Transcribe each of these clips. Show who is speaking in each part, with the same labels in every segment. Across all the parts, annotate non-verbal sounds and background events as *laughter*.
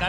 Speaker 1: The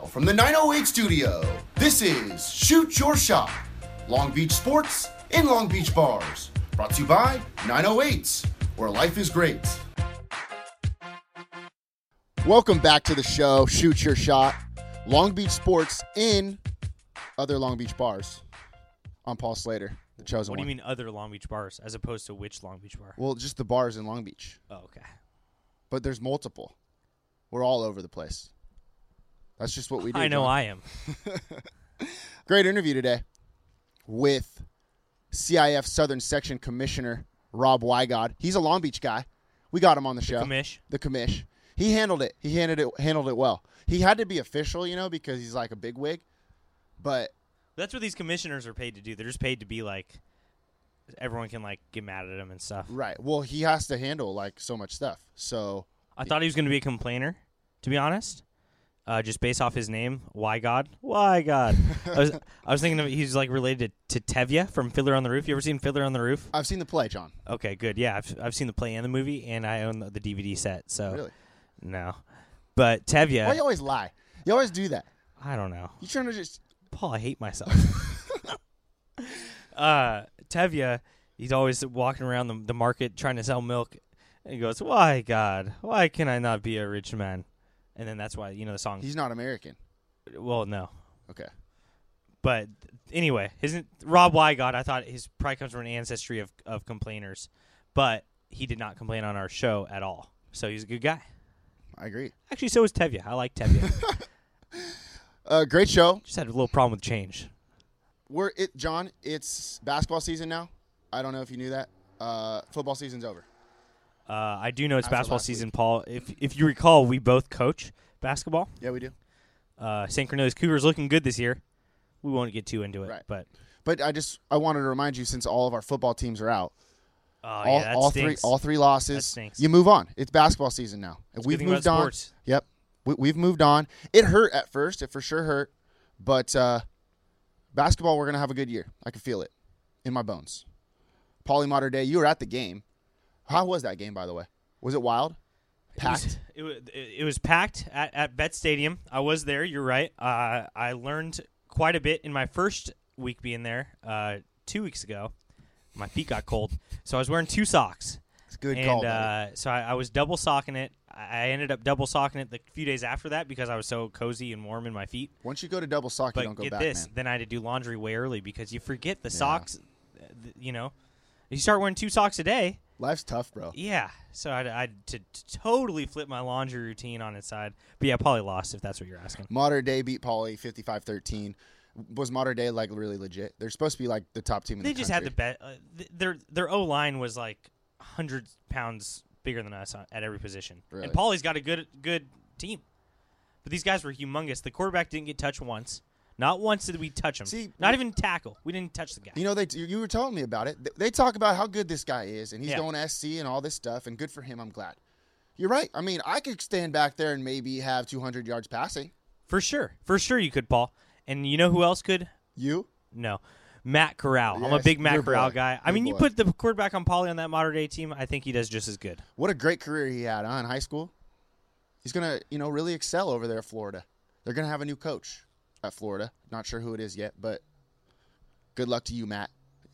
Speaker 2: from the 908 studio, this is Shoot Your Shot Long Beach Sports in Long Beach Bars. Brought to you by 908s, where life is great. Welcome back to the show, Shoot Your Shot Long Beach Sports in other Long Beach Bars. I'm Paul Slater, the chosen
Speaker 3: What do you
Speaker 2: one.
Speaker 3: mean other Long Beach bars as opposed to which Long Beach bar?
Speaker 2: Well, just the bars in Long Beach,
Speaker 3: Oh, okay.
Speaker 2: but there's multiple. We're all over the place. That's just what we do.
Speaker 3: I know
Speaker 2: John.
Speaker 3: I am.
Speaker 2: Great interview today with CIF Southern Section Commissioner Rob Wygod. He's a Long Beach guy. We got him on the show.
Speaker 3: commish.
Speaker 2: The commish. He handled it. He handled it handled it well. He had to be official, you know, because he's like a big wig. But
Speaker 3: That's what these commissioners are paid to do. They're just paid to be like everyone can like get mad at him and stuff.
Speaker 2: right. Well, he has to handle like so much stuff. So
Speaker 3: I thought he was going to be a complainer, to be honest. Uh, just based off his name, why God? Why God? I was I was thinking of, he's like related to, to Tevya from Fiddler on the Roof. You ever seen Fiddler on the Roof?
Speaker 2: I've seen the play, John.
Speaker 3: Okay, good. Yeah, I've, I've seen the play and the movie, and I own the, the DVD set. So
Speaker 2: Really?
Speaker 3: no, but Tevya,
Speaker 2: Why you always lie? You always do that.
Speaker 3: I don't know.
Speaker 2: You trying to just
Speaker 3: Paul, I hate myself. *laughs* uh, Tevya, he's always walking around the, the market trying to sell milk. And he goes, Why, God? Why can I not be a rich man? And then that's why, you know, the song.
Speaker 2: he's not American.
Speaker 3: well, no.
Speaker 2: Okay.
Speaker 3: But anyway, isn't Rob Wygod, I thought his probably comes from an ancestry of, of complainers, but he did not complain on our show at all. So he's a good guy.
Speaker 2: I agree.
Speaker 3: Actually, so is Tevya. I like Tevya.
Speaker 2: Uh, great show.
Speaker 3: Just had a little problem with change.
Speaker 2: we're it John, it's basketball season now. I don't know if you knew that. Uh, football season's over.
Speaker 3: Uh, I do know it's
Speaker 2: After
Speaker 3: basketball
Speaker 2: last
Speaker 3: season, Paul. If if you recall, we both coach basketball.
Speaker 2: Yeah, we do.
Speaker 3: Uh, St. Cornelius Cougars looking good this year. We won't get too into it,
Speaker 2: Right.
Speaker 3: but
Speaker 2: But I just I wanted to remind you since all of our football teams are out,
Speaker 3: oh
Speaker 2: all,
Speaker 3: yeah, that
Speaker 2: all three
Speaker 3: stinks.
Speaker 2: all three losses,
Speaker 3: stinks.
Speaker 2: you move on. It's basketball season now. And
Speaker 3: a good
Speaker 2: we've
Speaker 3: thing about
Speaker 2: moved on.
Speaker 3: sports.
Speaker 2: Yep, we, we've moved on. It hurt at first. It for sure hurt, but uh, basketball we're gonna have a good year. I can feel it in my bones. Polly Mater Day, you were at the game. How was that game, by the way? Was it wild? Packed.
Speaker 3: *laughs* It was, it, wa- it was packed at, at Bet Stadium. I was there. You're right. Uh, I learned quite a bit in my first week being there. Uh, two weeks ago, my feet got cold, so I was wearing two socks.
Speaker 2: It's a good
Speaker 3: and,
Speaker 2: call. buddy.
Speaker 3: uh, so I, I was double socking it. I I ended up double socking it the few days after that because I was so cozy and warm in my feet.
Speaker 2: Once you go to double sock, you
Speaker 3: But
Speaker 2: don't go
Speaker 3: get
Speaker 2: back,
Speaker 3: this,
Speaker 2: man.
Speaker 3: then I had to do laundry way early because you forget the socks. uh, th- You know, you start wearing two socks a day.
Speaker 2: Life's tough, bro.
Speaker 3: Yeah, so I had to, to totally flip my laundry routine on its side. But yeah, probably lost if that's what you're asking.
Speaker 2: Modern Day beat Pauley 55-13. Was Modern Day like really legit? They're supposed to be like the top team in
Speaker 3: They
Speaker 2: the
Speaker 3: just had the
Speaker 2: country.
Speaker 3: bet. Uh, th- their their O line was like hundred pounds bigger than us on, at every position.
Speaker 2: Really?
Speaker 3: And Paulie's got a good good team, but these guys were humongous. The quarterback didn't get touched once. Not once did we touch him.
Speaker 2: See,
Speaker 3: not
Speaker 2: we-
Speaker 3: even tackle. We didn't touch the guy.
Speaker 2: You know, they you were telling me about it. They- They talk about how good this guy is, and he's
Speaker 3: Yeah.
Speaker 2: going to SC and all this stuff, and good for him. I'm glad. You're right. I mean, I could stand back there and maybe have 200 yards passing.
Speaker 3: For sure. For sure you could, Paul. And you know who else could?
Speaker 2: You?
Speaker 3: No. Matt Corral. I'm a
Speaker 2: Yes,
Speaker 3: big Matt
Speaker 2: your
Speaker 3: Corral
Speaker 2: boy.
Speaker 3: guy. I
Speaker 2: Your
Speaker 3: mean, you
Speaker 2: boy.
Speaker 3: put the quarterback on Polly on that modern day team, I think he does just as good.
Speaker 2: What a great career he had huh, in high school. He's gonna, you know, really excel over there at Florida. They're gonna have a new coach at Florida. Not sure who it is yet, but good luck to you, Matt.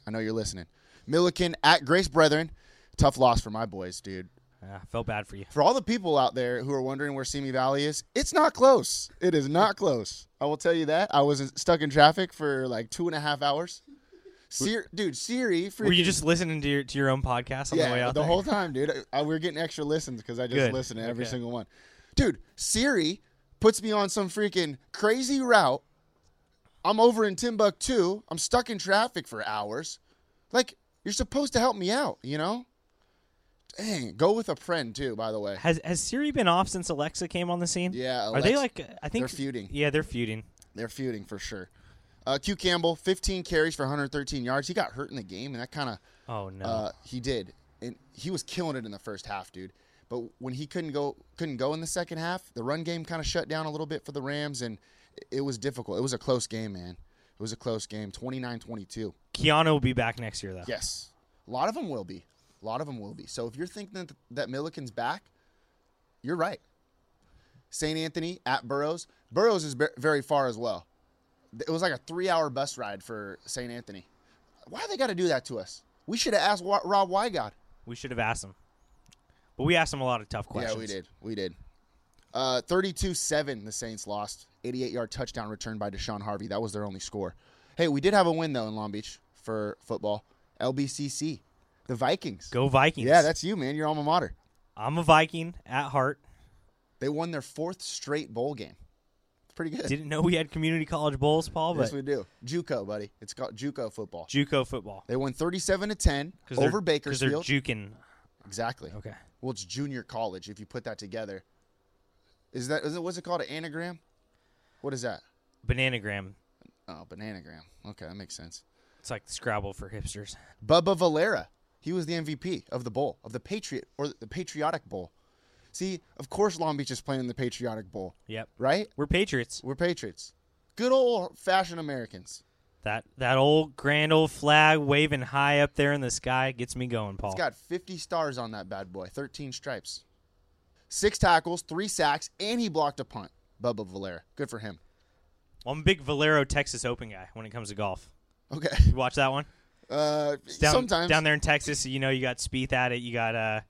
Speaker 2: I know you're listening. Milliken at Grace Brethren. Tough loss for my boys, dude.
Speaker 3: Uh, felt bad for you.
Speaker 2: For all the people out there who are wondering where Simi Valley is, it's not close. It is not close. I will tell you that. I was in- stuck in traffic for like two and a half hours. Sir- dude, Siri.
Speaker 3: Were you
Speaker 2: freaking-
Speaker 3: just listening to your to your own podcast on
Speaker 2: yeah,
Speaker 3: the way out there?
Speaker 2: whole time, dude. I, I- we are getting extra listens because I just
Speaker 3: Good.
Speaker 2: listened to every
Speaker 3: Okay.
Speaker 2: single one. Dude, Siri puts me on some freaking crazy route. I'm over in Timbuktu. I'm stuck in traffic for hours. Like, you're supposed to help me out, you know? Dang, go with a friend too, by the way.
Speaker 3: has has Siri been off since Alexa came on the scene?
Speaker 2: Yeah,
Speaker 3: Are they
Speaker 2: Alexa-
Speaker 3: like I think
Speaker 2: they're feuding.
Speaker 3: Yeah, they're feuding.
Speaker 2: They're feuding for sure. Uh, Q Campbell, 15 carries for 113 yards. He got hurt in the game, and that kind of
Speaker 3: Oh no.
Speaker 2: uh, he did, and he was killing it in the first half, dude. But when he couldn't go, couldn't go in the second half, the run game kind of shut down a little bit for the Rams, and it was difficult. It was a close game, man. It was a close game, 29-22.
Speaker 3: Keanu will be back next year though.
Speaker 2: Yes, a lot of them will be. A lot of them will be. So if you're thinking that, that Milliken's back, you're right. St. Anthony at Burroughs. Burroughs is ver- very far as well. It was like a three-hour bus ride for St. Anthony. Why they got to do that to us? We should have asked Wa- Rob Wygod.
Speaker 3: We should have asked him. But we asked him a lot of tough questions.
Speaker 2: Yeah, we did. We did. Uh, 32-7, the Saints lost. 88-yard touchdown returned by Deshaun Harvey. That was their only score. Hey, we did have a win though in Long Beach for football. LBCC, the Vikings.
Speaker 3: Go Vikings.
Speaker 2: Yeah, that's you, man. Your alma mater.
Speaker 3: I'm a Viking at heart.
Speaker 2: They won their fourth straight bowl game. It's pretty good.
Speaker 3: Didn't know we had community college bowls, Paul, but
Speaker 2: yes, we do. JUCO, buddy. It's called JUCO football.
Speaker 3: JUCO football.
Speaker 2: They won 37 to 10
Speaker 3: 'Cause they're-
Speaker 2: over
Speaker 3: 'cause they're
Speaker 2: Bakersfield.
Speaker 3: juking.
Speaker 2: exactly.
Speaker 3: Okay.
Speaker 2: Well, it's junior college if you put that together. Is that is it what's it called an anagram? What is that?
Speaker 3: Bananagram.
Speaker 2: Oh, bananagram. Okay, that makes sense.
Speaker 3: It's like Scrabble for hipsters.
Speaker 2: Bubba Valera. He was the MVP of the bowl, of the Patriot or the Patriotic Bowl. See, of course Long Beach is playing in the Patriotic Bowl,
Speaker 3: Yep.
Speaker 2: right?
Speaker 3: We're Patriots.
Speaker 2: We're Patriots. Good old fashioned Americans.
Speaker 3: That that old grand old flag waving high up there in the sky gets me going, Paul.
Speaker 2: It's got 50 stars on that bad boy, 13 stripes. Six tackles, three sacks, and he blocked a punt. Bubba Valera. Good for him.
Speaker 3: Well, I'm a big Valero Texas Open guy when it comes to golf.
Speaker 2: Okay. *laughs*
Speaker 3: You watch that one?
Speaker 2: Uh,
Speaker 3: Down,
Speaker 2: sometimes
Speaker 3: down there in Texas, you know, you got Spieth at it. You got uh,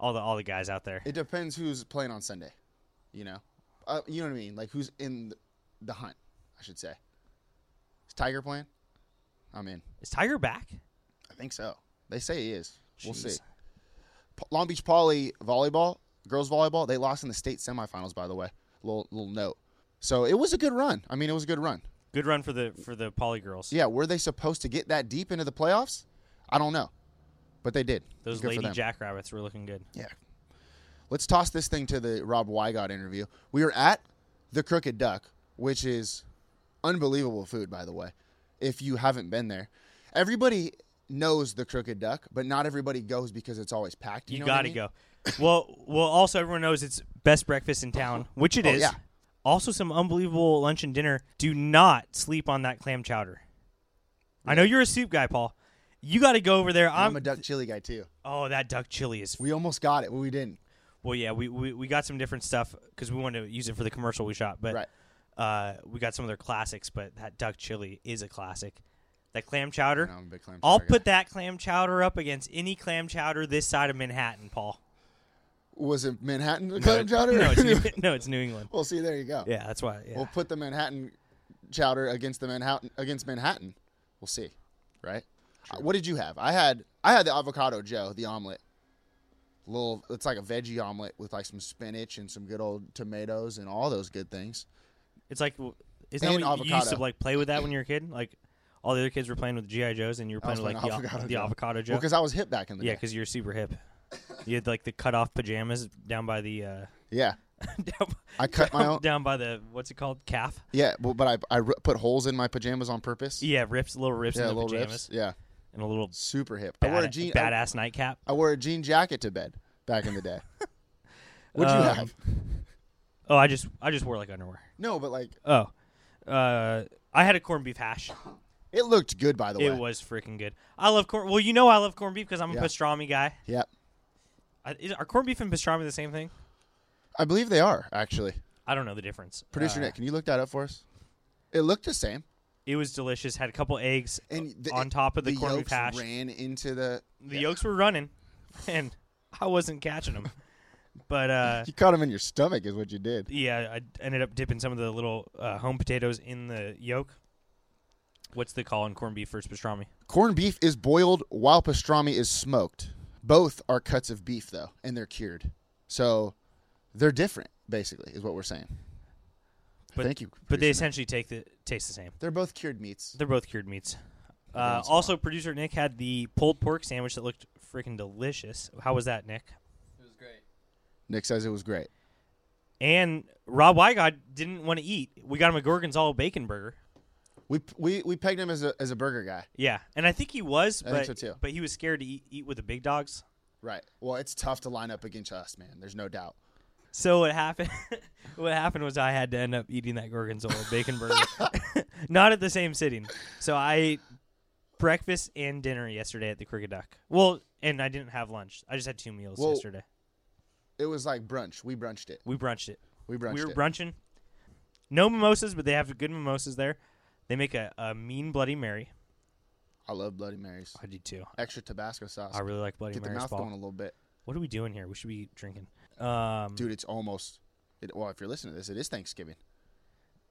Speaker 3: all the all the guys out there.
Speaker 2: it depends who's playing on Sunday. You know, uh, you know what I mean. Like who's in th- the hunt? I should say. Is Tiger playing? I'm in.
Speaker 3: Is Tiger back?
Speaker 2: I think so. They say he is. We'll
Speaker 3: Jeez.
Speaker 2: see. Pa- Long Beach Poly volleyball, girls volleyball, they lost in the state semifinals. By the way, little little note. So it was a good run. I mean, it was a good run.
Speaker 3: Good run for the for the Poly girls.
Speaker 2: Yeah, were they supposed to get that deep into the playoffs? I don't know, but they did.
Speaker 3: Those
Speaker 2: Good for
Speaker 3: lady
Speaker 2: them.
Speaker 3: jackrabbits were looking good.
Speaker 2: Yeah. Let's toss this thing to the Rob Wygod interview. We are at the Crooked Duck, which is unbelievable food, by the way, if you haven't been there. Everybody knows the Crooked Duck, but not everybody goes because it's always packed. You,
Speaker 3: You,
Speaker 2: know what I
Speaker 3: gotta
Speaker 2: mean?
Speaker 3: go. well, well. Also, everyone knows it's best breakfast
Speaker 2: *laughs*
Speaker 3: in town, which it is.
Speaker 2: Oh, yeah.
Speaker 3: Also, some unbelievable lunch and dinner. Do not sleep on that clam chowder. I know you're a soup guy, Paul. You got to go over there.
Speaker 2: I'm
Speaker 3: I'm.
Speaker 2: a duck chili guy, too.
Speaker 3: oh, that duck chili is.
Speaker 2: We almost got it, but we didn't.
Speaker 3: well, yeah, we, we, we got some different stuff because we wanted to use it for the commercial we shot, but
Speaker 2: Right.
Speaker 3: uh, we got some of their classics. But that duck chili is a classic. That clam chowder.
Speaker 2: I'm a big clam
Speaker 3: I'll
Speaker 2: chowder guy.
Speaker 3: put that clam chowder up against any clam chowder this side of Manhattan, Paul.
Speaker 2: Was it Manhattan the clam
Speaker 3: No,
Speaker 2: chowder?
Speaker 3: *laughs*
Speaker 2: *laughs*
Speaker 3: No, it's New, no, it's New England.
Speaker 2: well, see, there you go.
Speaker 3: Yeah, that's why. Yeah.
Speaker 2: We'll put the Manhattan chowder against the Manhattan against Manhattan. We'll see, right? Uh, What did you have? I had I had the avocado Joe, the omelet. Little, it's like a veggie omelet with like some spinach and some good old tomatoes and all those good things.
Speaker 3: it's like isn't that
Speaker 2: And
Speaker 3: what you- you used to
Speaker 2: avocado.
Speaker 3: like play with
Speaker 2: *laughs*
Speaker 3: that when you were a kid? Like all the other kids were playing with GI Joes, and you were
Speaker 2: I was
Speaker 3: playing with like
Speaker 2: playing
Speaker 3: the avocado, the avocado Joe.
Speaker 2: Well, because I was hip back in the
Speaker 3: yeah,
Speaker 2: day.
Speaker 3: because you're
Speaker 2: *laughs*
Speaker 3: super hip. You had like the cut off pajamas down by the uh, *laughs*
Speaker 2: Yeah,
Speaker 3: down,
Speaker 2: I cut
Speaker 3: *laughs*
Speaker 2: my own.
Speaker 3: down by the what's it called calf.
Speaker 2: Yeah, but, but I I ri- put holes in my pajamas on purpose.
Speaker 3: Yeah, rips, little rips
Speaker 2: yeah,
Speaker 3: in the
Speaker 2: little
Speaker 3: pajamas,
Speaker 2: riffs. Yeah,
Speaker 3: and a little
Speaker 2: super hip. I wore a
Speaker 3: bad,
Speaker 2: jean. I-
Speaker 3: badass nightcap.
Speaker 2: I wore a jean jacket to bed back in the
Speaker 3: *laughs*
Speaker 2: day. What'd you
Speaker 3: Um,
Speaker 2: have?
Speaker 3: Oh, I just I just wore like underwear.
Speaker 2: No, but like
Speaker 3: Oh, uh, I had a corned beef hash.
Speaker 2: it looked good by the way.
Speaker 3: It was freaking good. I love corn. Well, you know I love corned beef because I'm a
Speaker 2: Yeah.
Speaker 3: pastrami guy.
Speaker 2: Yep.
Speaker 3: I, is, are corned beef and pastrami the same thing?
Speaker 2: I believe they are actually.
Speaker 3: I don't know the difference.
Speaker 2: Producer
Speaker 3: Uh,
Speaker 2: Nick, can you look that up for us? It looked the same.
Speaker 3: It was delicious. Had a couple eggs
Speaker 2: And the,
Speaker 3: on top of the,
Speaker 2: the
Speaker 3: corned beef
Speaker 2: yolks
Speaker 3: hash.
Speaker 2: ran into the.
Speaker 3: The yolks were running, *laughs* and I wasn't catching them.
Speaker 2: *laughs*
Speaker 3: but uh,
Speaker 2: You caught them in your stomach, is what you did.
Speaker 3: yeah, I ended up dipping some of the little uh, home potatoes in the yolk. What's the call in corned beef versus pastrami?
Speaker 2: Corned beef is boiled while pastrami is smoked. Both are cuts of beef though, and they're cured, so they're different. Basically, is what we're saying.
Speaker 3: But-
Speaker 2: Thank you.
Speaker 3: But they
Speaker 2: Producer Nick.
Speaker 3: essentially take the taste the same.
Speaker 2: they're both cured meats.
Speaker 3: They're both cured meats. Uh, also, producer Nick had the pulled pork sandwich that looked freaking delicious. How was that, Nick?
Speaker 2: Nick says it was great.
Speaker 3: And Rob Wygod didn't want to eat. We got him a Gorgonzola bacon burger.
Speaker 2: We we we pegged him as a as a burger guy.
Speaker 3: Yeah, and I think he was,
Speaker 2: I
Speaker 3: but
Speaker 2: think so too.
Speaker 3: but he was scared to eat, eat with the big dogs.
Speaker 2: Right. Well, it's tough to line up against us, man. There's no doubt.
Speaker 3: So what happened? *laughs* what happened was I had to end up eating that gorgonzola bacon burger, *laughs* not at the same sitting. So I ate breakfast and dinner yesterday at the Cricket Duck. Well, and I didn't have lunch. I just had two meals
Speaker 2: Well-
Speaker 3: yesterday.
Speaker 2: It was like brunch. We brunched it.
Speaker 3: We brunched it.
Speaker 2: We brunched
Speaker 3: we were
Speaker 2: it.
Speaker 3: brunching. No mimosas, but they have good mimosas there. They make a, a mean Bloody Mary.
Speaker 2: I love Bloody Marys.
Speaker 3: I do too.
Speaker 2: Extra Tabasco sauce.
Speaker 3: I really like Bloody
Speaker 2: Get the
Speaker 3: Mary's.
Speaker 2: mouth
Speaker 3: Ball.
Speaker 2: going a little bit,
Speaker 3: What are we doing here? We should be drinking. Um,
Speaker 2: dude. It's almost. It, well, if you're listening to this, it is Thanksgiving.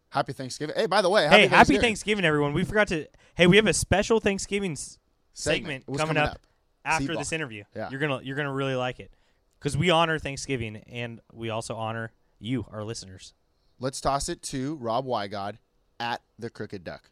Speaker 2: Happy Thanksgiving. Hey, by the way, happy
Speaker 3: hey, happy
Speaker 2: Thanksgiving.
Speaker 3: Thanksgiving, everyone. We forgot to. Hey, we have a special Thanksgiving s-
Speaker 2: Segment.
Speaker 3: segment,
Speaker 2: What's
Speaker 3: coming,
Speaker 2: coming
Speaker 3: up,
Speaker 2: up?
Speaker 3: after
Speaker 2: Seaball.
Speaker 3: this interview.
Speaker 2: Yeah.
Speaker 3: You're gonna you're gonna really like it because we honor Thanksgiving and we also honor you, our listeners.
Speaker 2: Let's toss it to Rob Wygod at the Crooked Duck.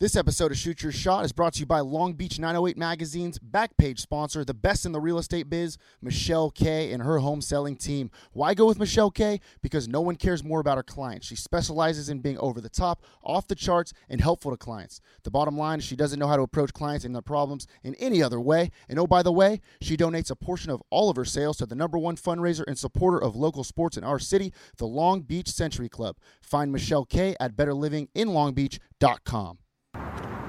Speaker 2: This episode of Shoot Your Shot is brought to you by Long Beach 908 Magazine's backpage sponsor, the best in the real estate biz, Michelle K and her home selling team. Why go with Michelle K? Because no one cares more about her clients. She specializes in being over the top, off the charts, and helpful to clients. The bottom line is she doesn't know how to approach clients and their problems in any other way. And oh, by the way, she donates a portion of all of her sales to the number one fundraiser and supporter of local sports in our city, the Long Beach Century Club. Find Michelle K at betterlivinginlongbeach.com.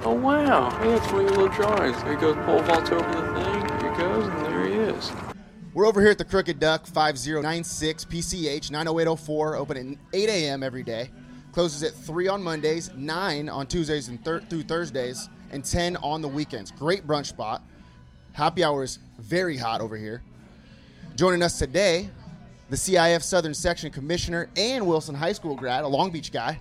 Speaker 4: Oh wow, he had three little drawings. There goes pole vaults over the thing, here he goes, and there he is.
Speaker 2: We're over here at the Crooked Duck, 5096 PCH 90804, open at 8 a.m. every day. Closes at 3 on Mondays, 9 on Tuesdays and thir- through Thursdays, and 10 on the weekends. Great brunch spot. Happy hour is very hot over here. Joining us today, the CIF Southern Section Commissioner and Wilson High School grad, a Long Beach guy,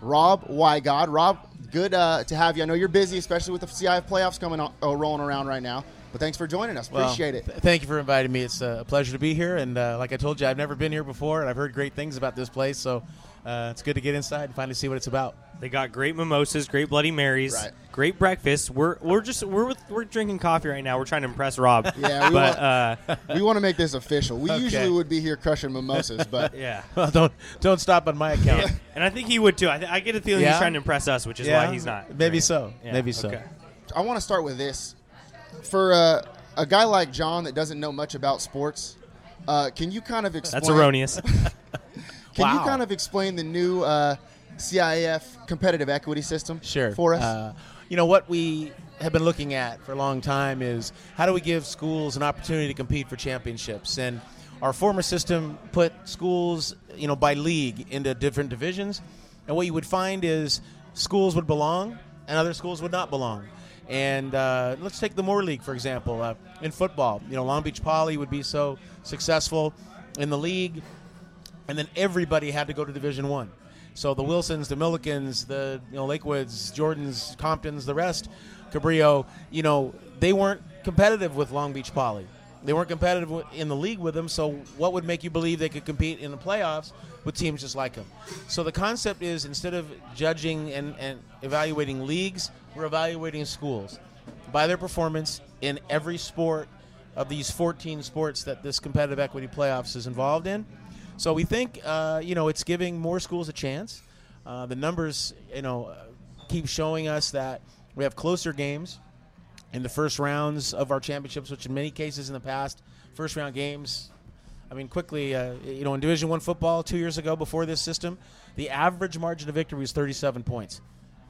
Speaker 2: Rob Wygod. Rob, good uh, to have you. I know you're busy, especially with the CIF playoffs coming on, uh, rolling around right now. But thanks for joining us.
Speaker 5: Well,
Speaker 2: Appreciate it.
Speaker 5: th- thank you for inviting me. It's uh, a pleasure to be here. And uh, like I told you, I've never been here before, and I've heard great things about this place. So uh, it's good to get inside and finally see what it's about. *laughs*
Speaker 3: They got great mimosas, great Bloody Marys,
Speaker 2: Right.
Speaker 3: great breakfast. We're we're just we're with, we're drinking coffee right now. We're trying to impress Rob.
Speaker 5: *laughs*
Speaker 2: Yeah, we
Speaker 3: but
Speaker 2: want-
Speaker 3: uh,
Speaker 2: We want to make this official. We
Speaker 5: Okay.
Speaker 2: usually would be here crushing mimosas, but
Speaker 3: yeah.
Speaker 5: Well, don't don't stop on
Speaker 3: *laughs*
Speaker 5: my account.
Speaker 3: And I think he would too. I, th- I get a feeling he's
Speaker 5: Yeah?
Speaker 3: trying to impress us, which is
Speaker 5: Yeah?
Speaker 3: why he's not.
Speaker 5: Maybe
Speaker 3: drinking.
Speaker 5: so. Maybe so.
Speaker 3: okay.
Speaker 2: I want to start with this. For uh, a guy like John that doesn't know much about sports, uh, can you kind of explain?
Speaker 3: That's
Speaker 5: *laughs*
Speaker 3: erroneous.
Speaker 2: Can you
Speaker 5: Wow.
Speaker 2: kind of explain the new uh, CIF competitive equity system
Speaker 5: Sure.
Speaker 2: for us?
Speaker 5: Uh, you know what we have been looking at for a long time is how do we give schools an opportunity to compete for championships? And our former system put schools, you know, by league into different divisions. And what you would find is schools would belong and other schools would not belong. And uh, let's take the Moore League for example. Uh, in football, you know, Long Beach Poly would be so successful in the league and then everybody had to go to Division One. So the Wilsons, the Millikens, the you know Lakewoods, Jordans, Comptons, the rest, Cabrillo, you know, they weren't competitive with Long Beach Poly. They weren't competitive wi- in the league with them. So what would make you believe they could compete in the playoffs with teams just like them? So the concept is instead of judging and, and evaluating leagues, we're evaluating schools by their performance in every sport of these 14 sports that this competitive equity playoffs is involved in. So we think, uh, you know, it's giving more schools a chance. Uh, the numbers, you know, uh, keep showing us that we have closer games in the first rounds of our championships, which in many cases in the past, first round games. I mean, quickly, uh, you know, in Division One football two years ago, before this system, the average margin of victory was 37 points,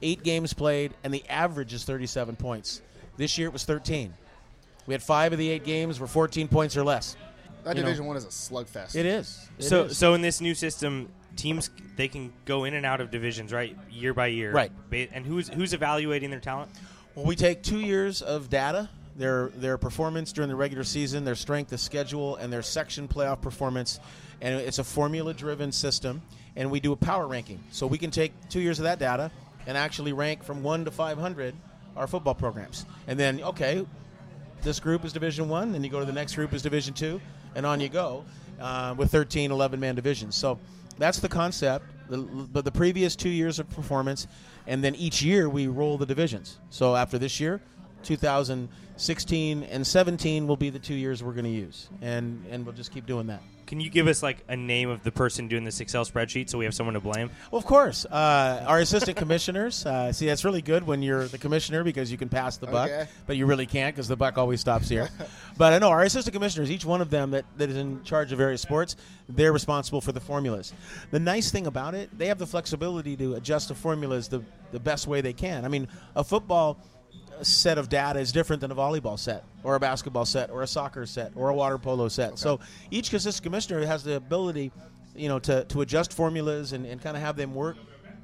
Speaker 5: eight games played, and the average is 37 points. This year, it was 13. We had five of the eight games were 14 points or less.
Speaker 2: that
Speaker 5: you know-
Speaker 2: Division One is a slugfest.
Speaker 5: It is. It
Speaker 3: so
Speaker 5: is.
Speaker 3: so in this new system teams they can go in and out of divisions right year by year
Speaker 5: Right.
Speaker 3: Ba- and who's who's evaluating their talent
Speaker 5: Well, we take two years of data, their their performance during the regular season, their strength of schedule, and their section playoff performance, and it's a formula driven system. And we do a power ranking, so we can take two years of that data and actually rank from one to five hundred our football programs, and then okay, this group is division one then you go to the next group is division two and on you go uh, with 13 11 man divisions so that's the concept the, but the previous two years of performance and then each year we roll the divisions so after this year 2016 and 17 will be the two years we're going to use, and and we'll just keep doing that.
Speaker 3: Can you give us like a name of the person doing this Excel spreadsheet so we have someone to blame?
Speaker 5: Well, of course, uh, our assistant commissioners. Uh, see, that's really good when you're the commissioner because you can pass the buck,
Speaker 2: Okay.
Speaker 5: but you really can't because the buck always stops here. but I know our assistant commissioners, each one of them that, that is in charge of various sports, they're responsible for the formulas. The nice thing about it, they have the flexibility to adjust the formulas the, the best way they can. I mean, a football set of data is different than a volleyball set or a basketball set or a soccer set or a water polo set. So each consistent commissioner has the ability, you know, to, to adjust formulas and, and kind of have them work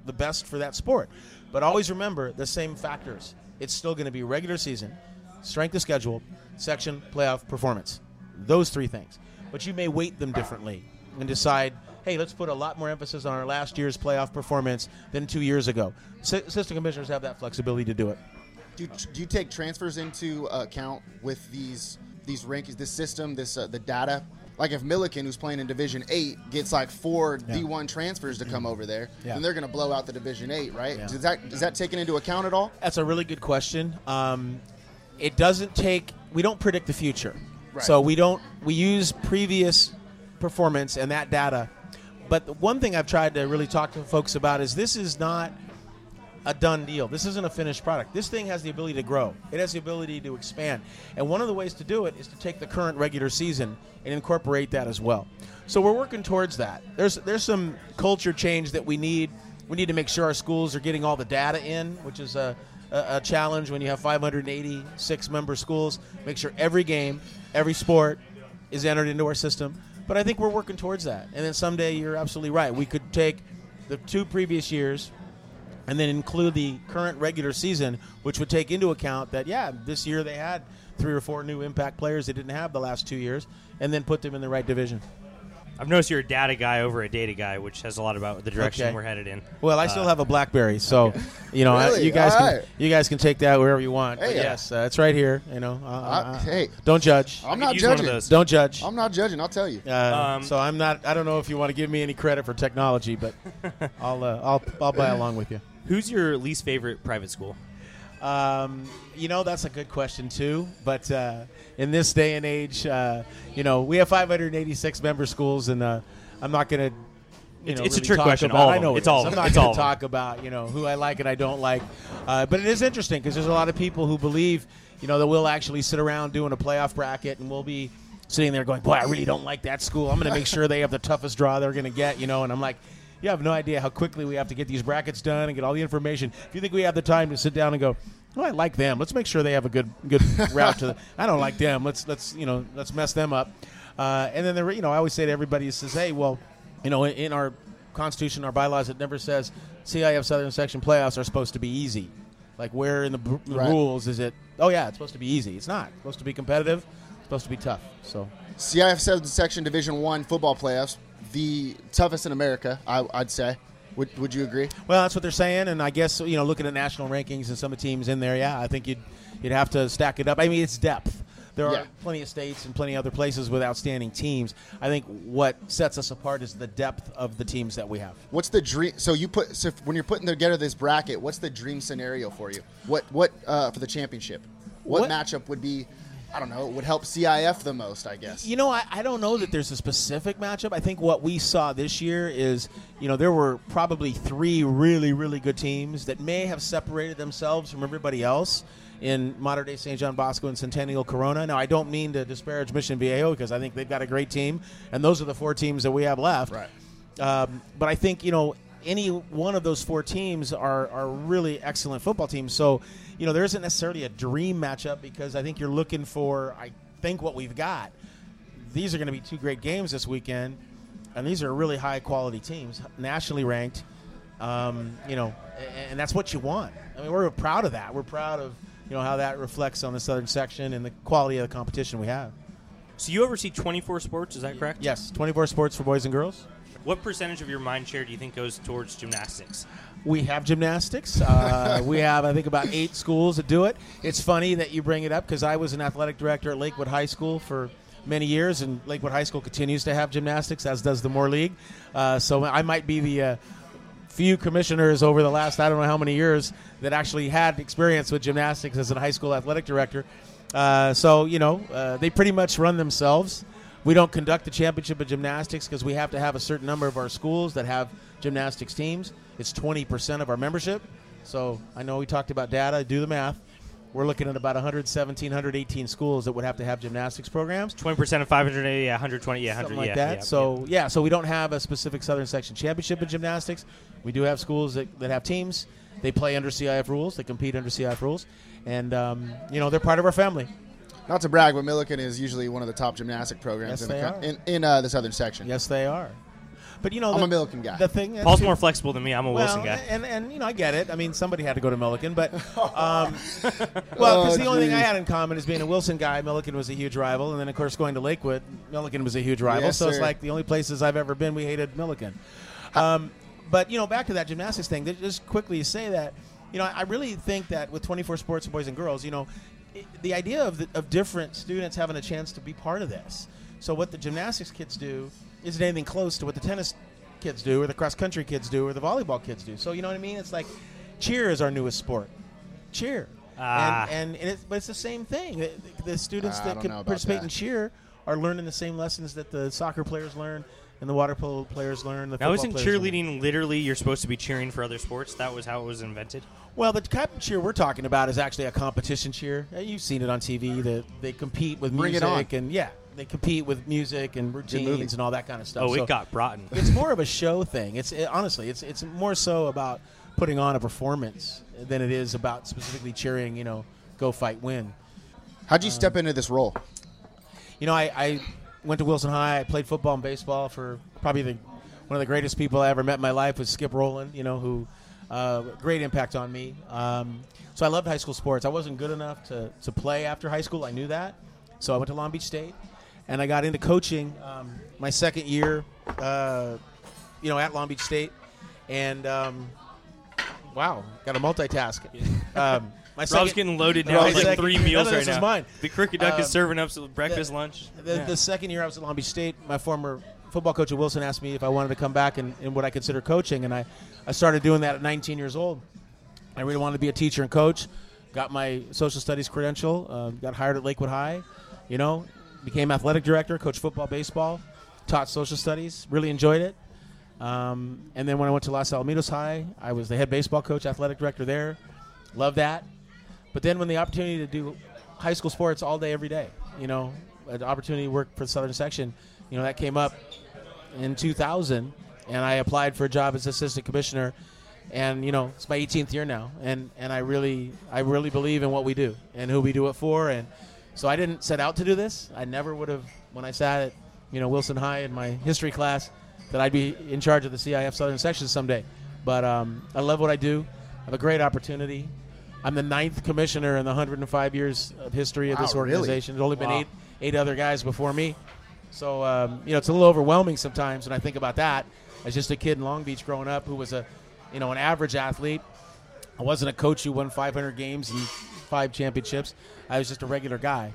Speaker 5: the best for that sport. But always remember the same factors. It's still going to be regular season, strength of schedule, section, playoff, performance. Those three things. But you may weight them differently and decide, hey, let's put a lot more emphasis on our last year's playoff performance than two years ago. S- assistant commissioners have that flexibility to do it.
Speaker 2: Do you, do you take transfers into account with these these rankings, this system, this uh, the data? Like if Milliken, who's playing in Division Eight, gets like four D1 transfers to come over there,
Speaker 5: Yeah.
Speaker 2: then they're going to blow out the Division Eight, right?
Speaker 5: Yeah.
Speaker 2: Does that is that taken into account at all?
Speaker 5: That's a really good question. Um, it doesn't take. We don't predict the future,
Speaker 2: Right.
Speaker 5: so we don't. We use previous performance and that data. But the one thing I've tried to really talk to folks about is this is not a done deal. This isn't a finished product. This thing has the ability to grow. It has the ability to expand. And one of the ways to do it is to take the current regular season and incorporate that as well. So we're working towards that. There's there's some culture change that we need. We need to make sure our schools are getting all the data in, which is a a, a challenge when you have 586 member schools. Make sure every game, every sport is entered into our system. But I think we're working towards that. And then someday you're absolutely right. We could take the two previous years and then include the current regular season, which would take into account that yeah, this year they had three or four new impact players they didn't have the last two years, and then put them in the right division.
Speaker 3: I've noticed you're a data guy over a data guy, which says a lot about the direction
Speaker 5: Okay.
Speaker 3: we're headed in.
Speaker 5: Well, I still have a BlackBerry, so you know I-
Speaker 2: Uh, Really?
Speaker 5: you guys can
Speaker 2: Alright.
Speaker 5: you guys can take that wherever you want. But
Speaker 2: Hey, uh,
Speaker 5: yes, uh, it's right here. You know, uh, uh,
Speaker 2: hey.
Speaker 5: don't judge,
Speaker 2: I'm
Speaker 3: could
Speaker 2: not
Speaker 3: use one of
Speaker 2: judging.
Speaker 3: those.
Speaker 5: don't judge.
Speaker 2: I'm not judging. I'll tell you.
Speaker 5: Uh,
Speaker 3: Um,
Speaker 5: so I'm not. I don't know if you want to give me any credit for technology, but I'll uh, I'll I'll buy along with you.
Speaker 3: Who's your least favorite private school?
Speaker 5: Um, you know, that's a good question too. But uh, in this day and age, uh, you know, we have 586 member schools, and uh, I'm not going to. You
Speaker 3: It's-
Speaker 5: know,
Speaker 3: it's a
Speaker 5: really
Speaker 3: trick
Speaker 5: talk
Speaker 3: question.
Speaker 5: About,
Speaker 3: All of
Speaker 5: I know
Speaker 3: them.
Speaker 5: it
Speaker 3: It's
Speaker 5: is.
Speaker 3: all of
Speaker 5: I'm
Speaker 3: them.
Speaker 5: not
Speaker 3: It's
Speaker 5: gonna
Speaker 3: all of them.
Speaker 5: talk about you know who I like and I don't like, uh, but it is interesting because there's a lot of people who believe you know that we'll actually sit around doing a playoff bracket and we'll be sitting there going, boy, I really don't like that school. I'm going to make sure they have the toughest draw they're going to get, you know. And I'm like, you have no idea how quickly we have to get these brackets done and get all the information. If you think we have the time to sit down and go. Well, I like them. Let's make sure they have a good good route to. The, I don't like them. Let's let's you know let's mess them up. Uh, and then there, you know, I always say to everybody who says, "Hey, well, you know, in, in our constitution, our bylaws, it never says CIF Southern Section playoffs are supposed to be easy. Like, where in the b-
Speaker 2: Right.
Speaker 5: rules is it? Oh yeah, it's supposed to be easy. It's not. It's supposed to be competitive. It's supposed to be tough. So
Speaker 2: CIF seven section Division One football playoffs, the toughest in America, I, I'd say. Would, would you agree?
Speaker 5: Well, that's what they're saying, and I guess you know, looking at national rankings and some of the teams in there, yeah, I think you'd you'd have to stack it up. I mean, it's depth. There
Speaker 2: Yeah.
Speaker 5: are plenty of states and plenty of other places with outstanding teams. I think what sets us apart is the depth of the teams that we have.
Speaker 2: What's the dream? So you put so if- when you're putting together this bracket, what's the dream scenario for you? What what uh, for the championship? What,
Speaker 5: What-
Speaker 2: matchup would be? I don't know. Would help CIF the most, I guess.
Speaker 5: You know, I, I don't know that there's a specific matchup. I think what we saw this year is, you know, there were probably three really, really good teams that may have separated themselves from everybody else in modern day St. John Bosco and Centennial Corona. Now, I don't mean to disparage Mission Viejo because I think they've got a great team, and those are the four teams that we have left.
Speaker 2: Right.
Speaker 5: Um, but I think you know any one of those four teams are are really excellent football teams. So you know there isn't necessarily a dream matchup because I think you're looking for I think what we've got. These are going to be two great games this weekend, and these are really high quality teams, nationally ranked. Um, you know, a- and that's what you want. I mean, we're proud of that. We're proud of you know how that reflects on the southern section and the quality of the competition we have.
Speaker 3: So you oversee 24 sports, is that correct?
Speaker 5: Yes, 24 sports for boys and girls.
Speaker 3: What percentage of your mind share do you think goes towards gymnastics?
Speaker 5: We have gymnastics. Uh, *laughs* we have, I think, about eight schools that do it. It's funny that you bring it up because I was an athletic director at Lakewood High School for many years, and Lakewood High School continues to have gymnastics, as does the Moore League. Uh, so I might be the uh, few commissioners over the last I don't know how many years that actually had experience with gymnastics as a high school athletic director. Uh, so you know uh, they pretty much run themselves. We don't conduct the championship of gymnastics because we have to have a certain number of our schools that have gymnastics teams. It's 20% of our membership. So I know we talked about data. Do the math. We're looking at about 117, 118 schools that would have to have gymnastics programs
Speaker 3: Twenty percent of five hundred eighty, yeah, hundred twenty, yeah, hundred,
Speaker 5: something like
Speaker 3: yeah,
Speaker 5: that.
Speaker 3: yeah,
Speaker 5: so yeah. so we don't have a specific Southern Section championship in gymnastics. We do have schools that, that have teams. They play under CIF rules. They compete under CIF rules, and um, you know they're part of our family.
Speaker 2: Not to brag, but Milliken is usually one of the top gymnastic programs
Speaker 5: Yes,
Speaker 2: in, the,
Speaker 5: they
Speaker 2: coun-
Speaker 5: are.
Speaker 2: in, in uh, the southern section.
Speaker 5: Yes, they are. But you know,
Speaker 2: I'm
Speaker 5: the,
Speaker 2: a Milliken guy.
Speaker 5: The thing,
Speaker 3: yeah. Paul's more flexible than me. I'm a
Speaker 5: well, eh,
Speaker 3: Wilson guy.
Speaker 5: and and you know I get it. I mean, somebody had to go to Milliken,
Speaker 2: *laughs*
Speaker 5: but um, well, because
Speaker 2: Oh,
Speaker 5: the only thing I
Speaker 2: geez.
Speaker 5: had in common is being a Wilson guy. Milliken was a huge rival, and then of course going to Lakewood, Milliken was a huge rival.
Speaker 2: Yes,
Speaker 5: so it's
Speaker 2: sir.
Speaker 5: like the only places I've ever been, we hated Milliken. Um, but you know, back to that gymnastics thing. th- Just quickly say that you know I really think that with 24 sports and boys and girls, you know, i the idea of the, of different students having a chance to be part of this. So what the gymnastics kids do isn't anything close to what the tennis kids do, or the cross country kids do, or the volleyball kids do. So you know what I mean? It's like cheer is our newest sport. Cheer.
Speaker 3: Ah.
Speaker 5: And, and it's, but it's the same thing. The, the students
Speaker 2: Ah, I
Speaker 5: that
Speaker 2: don't
Speaker 5: could
Speaker 2: know about
Speaker 5: participate
Speaker 2: that.
Speaker 5: in cheer are learning the same lessons that the soccer players learn, and the water polo players learn. The
Speaker 3: Now,
Speaker 5: football
Speaker 3: isn't
Speaker 5: players learn.
Speaker 3: cheerleading literally you're supposed to be cheering for other sports? That was how it was invented.
Speaker 5: Well, the type of cheer we're talking about is actually a competition cheer. Uh, You've seen it on TV. That they compete with
Speaker 2: Bring
Speaker 5: music
Speaker 2: it on.
Speaker 5: and yeah, they compete with music and
Speaker 2: movie.
Speaker 5: routines and all that kind of stuff.
Speaker 3: Oh,
Speaker 5: So
Speaker 3: it got
Speaker 5: *laughs*
Speaker 3: rotten.
Speaker 5: It's more of a show thing. It's it, honestly, it's it's more so about putting on a performance than it is about specifically cheering. You know, go fight, win.
Speaker 2: How'd
Speaker 5: uh,
Speaker 2: you step into this role?
Speaker 5: You know, I, I went to Wilson High. I played football and baseball for probably the one of the greatest people I ever met in my life was Skip Rowland. You know, who uh, great impact on me. Um, so I loved high school sports. I wasn't good enough to to play after high school. I knew that. So I went to Long Beach State, and I got into coaching um, my second year. Uh, you know, at Long Beach State, and um, wow, got to multitask.
Speaker 3: *laughs*
Speaker 5: Um, my
Speaker 3: Rob's
Speaker 5: second-
Speaker 3: getting loaded
Speaker 5: *laughs* my
Speaker 3: now. with, Like
Speaker 5: second-
Speaker 3: three
Speaker 5: none of
Speaker 3: meals
Speaker 5: this
Speaker 3: right
Speaker 5: is
Speaker 3: now.
Speaker 5: mine.
Speaker 3: The cricket duck is
Speaker 5: Um,
Speaker 3: serving up some breakfast, lunch.
Speaker 5: the, the second year I was at Long Beach State, my former football coach at Wilson asked me if I wanted to come back and, and what I consider coaching, and I, I started doing that at 19 years old. I really wanted to be a teacher and coach. Got my social studies credential. Uh, got hired at Lakewood High. You know, became athletic director, coached football, baseball, taught social studies. Really enjoyed it. Um, and then when I went to Los Alamitos High, I was the head baseball coach, athletic director there. Love that. But then when the opportunity to do high school sports all day, every day, you know, an opportunity to work for the Southern Section, you know, that came up in 2000, and I applied for a job as assistant commissioner. And you know, it's my 18th year now, and and I really, I really believe in what we do and who we do it for, and so I didn't set out to do this. I never would have when I sat at you know Wilson High in my history class that I'd be in charge of the CIF Southern Section someday. But um, I love what I do. I have a great opportunity. I'm the ninth commissioner in the 105 years of history of
Speaker 2: Wow,
Speaker 5: this
Speaker 2: really?
Speaker 5: organization. There's only
Speaker 3: Wow.
Speaker 5: been eight eight other guys before me. So um, you know, it's a little overwhelming sometimes when I think about that. As just a kid in Long Beach growing up, who was a, you know, an average athlete. I wasn't a coach who won 500 games and five championships. I was just a regular guy.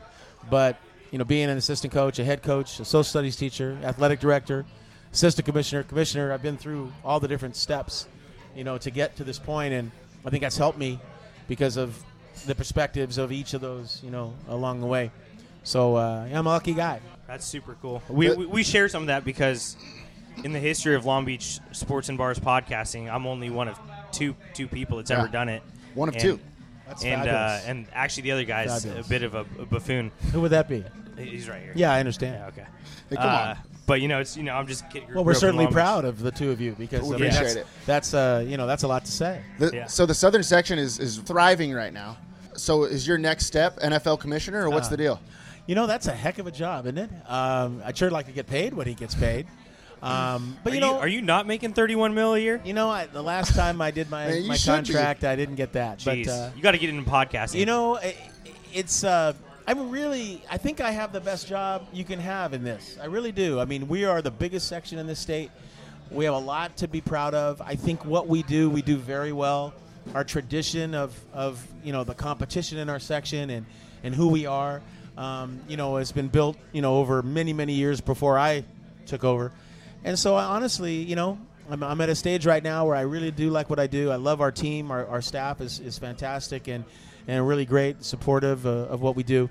Speaker 5: But you know, being an assistant coach, a head coach, a social studies teacher, athletic director, assistant commissioner, commissioner, I've been through all the different steps, you know, to get to this point, and I think that's helped me because of the perspectives of each of those, you know, along the way. So uh, yeah, I'm a lucky guy.
Speaker 3: That's super cool. We, we, we share some of that because in the history of Long Beach sports and bars podcasting, I'm only one of two two people that's ever
Speaker 2: Yeah.
Speaker 3: done it.
Speaker 2: One of
Speaker 3: And-
Speaker 2: two.
Speaker 5: That's
Speaker 3: and uh,
Speaker 5: fabulous.
Speaker 3: and actually, the other guy's
Speaker 5: Fabulous.
Speaker 3: a bit of a, a buffoon.
Speaker 5: Who would that be?
Speaker 3: He's right here.
Speaker 5: Yeah, I understand.
Speaker 3: Yeah, okay.
Speaker 2: Hey, come
Speaker 3: Uh,
Speaker 2: on.
Speaker 3: But you know, it's you know, I'm just kidding.
Speaker 5: Well, we're certainly proud of the two of you because
Speaker 2: We
Speaker 5: I mean,
Speaker 2: appreciate
Speaker 5: that's,
Speaker 2: it.
Speaker 5: that's uh, you know that's a lot to say.
Speaker 2: The-
Speaker 3: yeah.
Speaker 2: So the southern section is, is thriving right now. So is your next step NFL commissioner, or what's
Speaker 5: Uh,
Speaker 2: the deal?
Speaker 5: You know that's a heck of a job, isn't it? Um, I'd sure like to get paid what he gets paid. Um, but
Speaker 3: Are
Speaker 5: you
Speaker 3: you,
Speaker 5: know,
Speaker 3: are you not making 31 mil a year?
Speaker 5: you know, I, the last time I did my,
Speaker 2: Man, you
Speaker 5: my
Speaker 2: should be.
Speaker 5: contract, I didn't get that.
Speaker 3: Jeez,
Speaker 5: But uh,
Speaker 3: you got to get into podcasting.
Speaker 5: You know, i- it's. Uh, I'm really. I think I have the best job you can have in this. I really do. I mean, we are the biggest section in this state. We have a lot to be proud of. I think what we do, we do very well. Our tradition of, of you know the competition in our section and and who we are, um, you know, has been built you know over many many years before I took over, and so I honestly, you know, I'm, I'm at a stage right now where I really do like what I do. I love our team. Our, our staff is, is fantastic and, and really great, supportive uh, of what we do.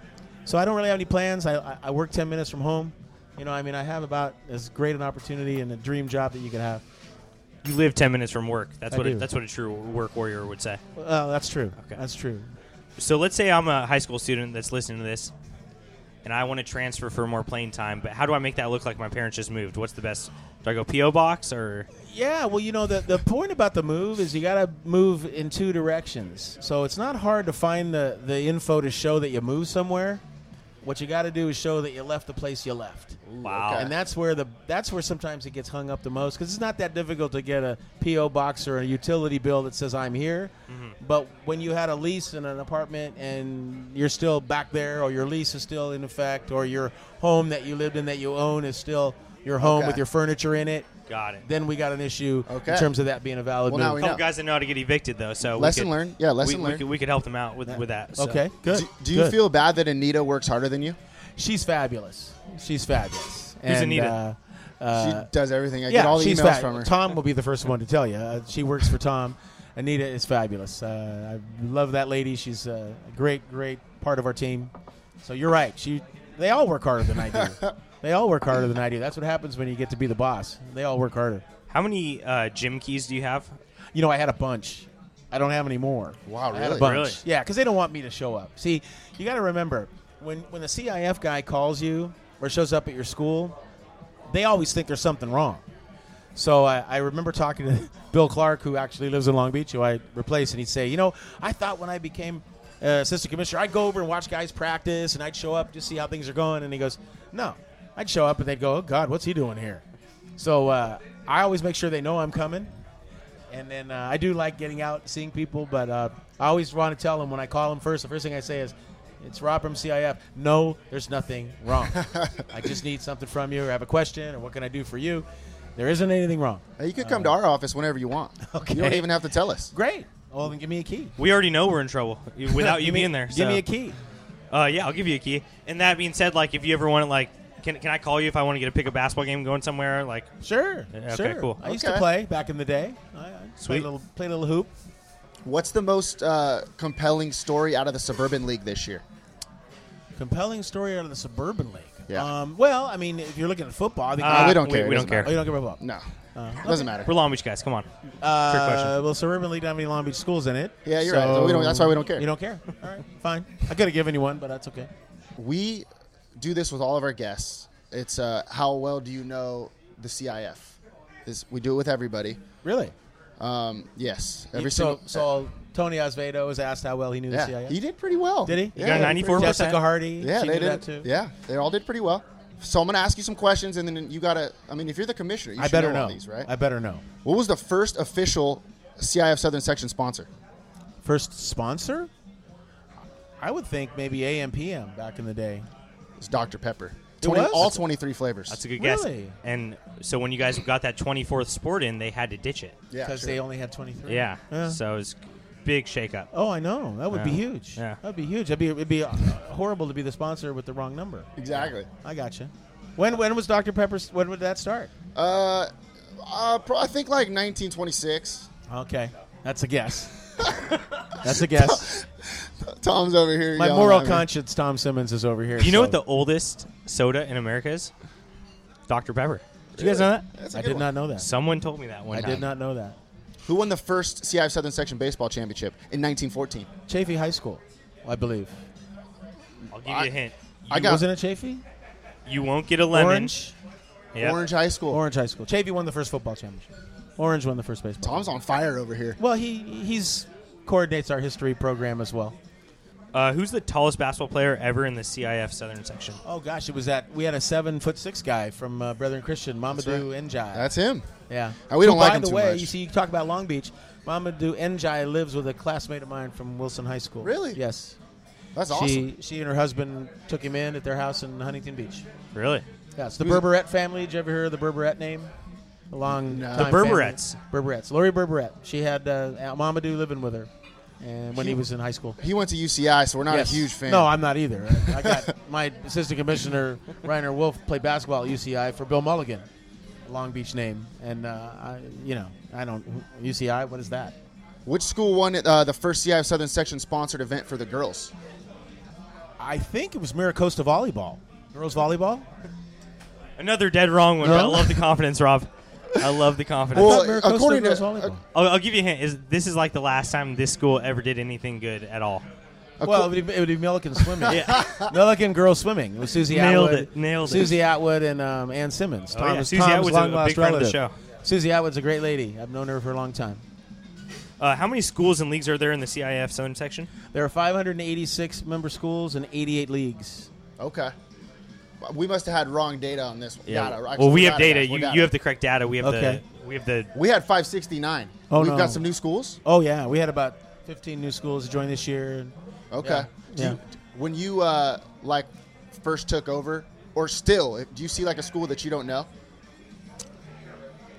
Speaker 5: So I don't really have any plans. I, I- I work 10 minutes from home. You know, I mean, I have about as great an opportunity and a dream job that you could have.
Speaker 3: You live ten minutes from work. That's
Speaker 5: I
Speaker 3: what a,
Speaker 5: do.
Speaker 3: that's what a true work warrior would say.
Speaker 5: Uh, that's true.
Speaker 3: Okay.
Speaker 5: That's true.
Speaker 3: So let's say I'm a high school student that's listening to this, and I want to transfer for more playing time. But how do I make that look like my parents just moved? What's the best? Do I go PO box or
Speaker 5: Yeah, well, you know, the, the point about the move is you got to move in two directions. So it's not hard to find the, the info to show that you moved somewhere. What you got to do is show that you left the place you left.
Speaker 3: wow?
Speaker 5: And that's where the that's where sometimes it gets hung up the most because it's not that difficult to get a PO box or a utility bill that says I'm here. But when you had a lease in an apartment and you're still back there, or your lease is still in effect, or your home that you lived in that you own is still your home
Speaker 2: Okay.
Speaker 5: with your furniture in it,
Speaker 3: Got it.
Speaker 5: then we got an issue
Speaker 2: Okay.
Speaker 5: in terms of that being a valid
Speaker 2: Well, now
Speaker 5: move.
Speaker 2: we
Speaker 3: couple guys that know how to get evicted though. So we
Speaker 2: Lesson
Speaker 3: could-
Speaker 2: learned. Yeah, lesson
Speaker 3: we, We
Speaker 2: learned.
Speaker 3: could, we could help them out with with that. so.
Speaker 5: okay, good.
Speaker 2: Do, do you
Speaker 5: good.
Speaker 2: feel bad that Anita works harder than you?
Speaker 5: she's fabulous? She's fabulous.
Speaker 3: Who's
Speaker 5: and,
Speaker 3: Anita?
Speaker 5: Uh, uh,
Speaker 2: she does everything. I
Speaker 5: yeah,
Speaker 2: get all the
Speaker 5: she's
Speaker 2: emails
Speaker 5: fab-
Speaker 2: from her.
Speaker 5: Tom will be the first one to tell you. Uh, she works for Tom. Anita is fabulous. Uh, I love that lady. She's uh, a great, great part of our team. So you're right. She, they all work harder than
Speaker 2: *laughs*
Speaker 5: I do. they all work harder than I do. That's what happens when you get to be the boss. They all work harder.
Speaker 3: How many uh, gym keys do you have?
Speaker 5: You know, I had a bunch. I don't have any more.
Speaker 2: Wow,
Speaker 5: I had a
Speaker 2: really?
Speaker 5: bunch.
Speaker 3: Really?
Speaker 5: Yeah, because they don't want me to show up. See, you got to remember when when the CIF guy calls you or shows up at your school, they always think there's something wrong. So I, I remember talking to *laughs* Bill Clark, who actually lives in Long Beach, who I replaced, and he'd say, you know, I thought when I became uh, assistant commissioner, I'd go over and watch guys practice, and I'd show up to see how things are going. And he goes, no, I'd show up, and they'd go, oh God, what's he doing here? So uh, I always make sure they know I'm coming. And then uh, I do like getting out, seeing people, but uh, I always want to tell them when I call them first. The first thing I say is, "It's Rob from CIF." No, there's nothing
Speaker 2: *laughs*
Speaker 5: wrong. I just need something from you, or have a question, or what can I do for you? There isn't anything wrong.
Speaker 2: Hey, you could come to our office whenever you want.
Speaker 5: Uh, Okay.
Speaker 2: You don't even have to tell us.
Speaker 5: Great. Well, then give me a key.
Speaker 3: We already know we're in trouble *laughs*
Speaker 5: *laughs*
Speaker 3: without you
Speaker 5: Give me-
Speaker 3: being there.
Speaker 5: Give
Speaker 3: so.
Speaker 5: me a key.
Speaker 3: Uh, yeah, I'll give you a key. And that being said, like if you ever want to, like, can, can I call you if I want to get a pick a basketball game going somewhere? Like,
Speaker 5: Sure.
Speaker 3: Yeah, okay,
Speaker 5: sure.
Speaker 3: cool.
Speaker 5: I used to
Speaker 2: Okay.
Speaker 5: play back in the day. I, I
Speaker 3: Sweet.
Speaker 5: Play a little, play a little hoop.
Speaker 2: What's the most uh, compelling story out of the Suburban League this year?
Speaker 5: Compelling story out of the suburban league.
Speaker 2: Yeah.
Speaker 5: Um, well, I I mean, if you're looking at football, I think.
Speaker 3: uh,
Speaker 2: we don't care.
Speaker 3: We,
Speaker 2: It
Speaker 3: don't
Speaker 2: doesn't
Speaker 3: care.
Speaker 5: oh, you don't give a fuck.
Speaker 2: No, doesn't matter.
Speaker 3: We're Long Beach guys. Come on. Trick question.
Speaker 5: Uh, well, Suburban League doesn't have any Long Beach schools in it.
Speaker 2: Yeah, you're right. So we don't- that's why we don't care.
Speaker 5: You don't care. All right, fine. I could have given you one, but that's okay.
Speaker 2: We do this with all of our guests. It's uh, how well do you know the CIF? Is we do it with everybody.
Speaker 5: Really?
Speaker 2: Um, yes, every
Speaker 5: so,
Speaker 2: single.
Speaker 5: so Tony Osvedo was asked how well he knew the
Speaker 2: yeah,
Speaker 5: CIA.
Speaker 2: he did pretty well.
Speaker 5: Did he?
Speaker 2: Yeah,
Speaker 3: got a
Speaker 2: he did
Speaker 3: 94?
Speaker 2: pretty-
Speaker 5: Jessica Hardy.
Speaker 2: Yeah,
Speaker 5: she
Speaker 2: they
Speaker 5: knew
Speaker 2: did.
Speaker 5: that too.
Speaker 2: Yeah, they all did pretty well. So I'm gonna ask you some questions, and then you gotta. I mean, if you're the commissioner, you
Speaker 5: I
Speaker 2: should
Speaker 5: better
Speaker 2: know,
Speaker 5: know.
Speaker 2: all these, right?
Speaker 5: I better know.
Speaker 2: What was the first official CIF Southern Section sponsor?
Speaker 5: First sponsor? I would think maybe AMPM back in the day.
Speaker 2: It's Dr Pepper.
Speaker 5: It
Speaker 2: 20,
Speaker 5: was?
Speaker 2: all 23 flavors.
Speaker 3: That's a good guess.
Speaker 5: Really?
Speaker 3: And so when you guys got that 24th sport in, they had to ditch it.
Speaker 2: yeah,
Speaker 5: Because
Speaker 2: sure.
Speaker 5: they only had 23.
Speaker 3: Yeah.
Speaker 5: Yeah.
Speaker 3: So it was big shakeup.
Speaker 5: Oh, I know. That would be
Speaker 3: Yeah.
Speaker 5: huge.
Speaker 3: Yeah.
Speaker 5: That'd be huge. That'd be, it'd be uh, horrible to be the sponsor with the wrong number.
Speaker 2: exactly.
Speaker 5: I gotcha. When when was Dr Pepper's? When would that start?
Speaker 2: Uh, uh, pro- I think like 1926.
Speaker 5: Okay, that's a guess. that's a guess.
Speaker 2: Tom's over here.
Speaker 5: My
Speaker 2: yelling
Speaker 5: moral
Speaker 2: at me.
Speaker 5: conscience, Tom Simmons, is over here.
Speaker 3: Do you know
Speaker 5: so-
Speaker 3: what the oldest soda in America is? Dr. Pepper. Did you guys know that?
Speaker 2: That's a
Speaker 5: I
Speaker 2: good
Speaker 5: did
Speaker 2: one.
Speaker 5: not know that.
Speaker 3: Someone told me that one
Speaker 5: I
Speaker 3: time.
Speaker 5: did not know that.
Speaker 2: Who won the first CIF Southern Section baseball championship in 1914?
Speaker 5: Chafee High School, I believe.
Speaker 3: I'll give you
Speaker 2: I-
Speaker 3: a hint.
Speaker 2: I
Speaker 5: You-
Speaker 2: got
Speaker 5: wasn't it Chafee?
Speaker 3: You won't get a lemon.
Speaker 5: Orange.
Speaker 3: Yep.
Speaker 2: Orange High School.
Speaker 5: Orange High School. Chafee won the first football championship. Orange won the first baseball.
Speaker 2: Tom's on fire over here.
Speaker 5: Well, he he's coordinates our history program as well.
Speaker 3: Uh, who's the tallest basketball player ever in the CIF Southern section?
Speaker 5: Oh gosh, it was that we had a seven foot six guy from uh, Brethren Christian, Mamadou
Speaker 2: right.
Speaker 5: Njai.
Speaker 2: That's him.
Speaker 5: yeah.
Speaker 2: And Uh, we don't
Speaker 5: Who,
Speaker 2: like
Speaker 5: by
Speaker 2: him
Speaker 5: the
Speaker 2: too
Speaker 5: way,
Speaker 2: much.
Speaker 5: you see, you talk about Long Beach. Mamadou Njai lives with a classmate of mine from Wilson High School.
Speaker 2: Really?
Speaker 5: Yes.
Speaker 2: That's awesome.
Speaker 5: She she and her husband took him in at their house in Huntington Beach.
Speaker 3: Really?
Speaker 5: Yes, the Berberette family. Did you ever hear of the Berberette name? A long
Speaker 2: No.
Speaker 5: time
Speaker 3: The
Speaker 5: family.
Speaker 3: Berberettes.
Speaker 5: Berberettes. Lori Berberette. She had uh, Aunt Mamadou living with her, and when he,
Speaker 2: He-
Speaker 5: was in high school.
Speaker 2: he went to UCI, so we're not
Speaker 5: Yes.
Speaker 2: a huge fan.
Speaker 5: No, I'm not either. I,
Speaker 2: *laughs*
Speaker 5: I got my assistant commissioner Reiner Wolf played basketball at UCI for Bill Mulligan. Long Beach name, and uh, I, you know, I don't UCI. What is that?
Speaker 2: Which school won uh, the first CI Southern Section sponsored event for the girls?
Speaker 5: I think it was Miracosta volleyball, girls volleyball.
Speaker 3: Another dead wrong one, but I
Speaker 5: No.
Speaker 3: love the confidence, Rob. I love the confidence.
Speaker 2: Well,
Speaker 5: Not Miracosta
Speaker 2: according to- uh,
Speaker 5: girls volleyball.
Speaker 3: I'll, I'll give you a hint. Is this is like the last time this school ever did anything good at all?
Speaker 5: well, it would, be, it would be Milliken swimming. *laughs* Milliken girls swimming. It was Susie
Speaker 3: Nailed
Speaker 5: Atwood.
Speaker 3: it, nailed it.
Speaker 5: Susie Atwood and um, Ann Simmons.
Speaker 3: Oh, yeah,
Speaker 5: Thomas-
Speaker 3: Susie
Speaker 5: Tom's
Speaker 3: Atwood's a- a
Speaker 5: long-lost
Speaker 3: big friend of the
Speaker 5: relative. Susie Atwood's a great lady. I've known her for a long time.
Speaker 3: Uh, how many schools and leagues are there in the CIF zone section?
Speaker 5: There are 586 member schools and 88 leagues.
Speaker 2: Okay. We must have had wrong data on this one. Data, actually,
Speaker 3: well, we have
Speaker 2: guys.
Speaker 3: data.
Speaker 2: We're
Speaker 3: You, you have the correct data. We have
Speaker 5: Okay.
Speaker 3: the we have the
Speaker 2: We had 569.
Speaker 5: Oh,
Speaker 2: We've
Speaker 5: no.
Speaker 2: got some new schools.
Speaker 5: Oh yeah, we had about 15 new schools join this year.
Speaker 2: Okay.
Speaker 5: Yeah.
Speaker 2: Do
Speaker 5: Yeah.
Speaker 2: You, when you uh, like first took over, or still, do you see like a school that you don't know?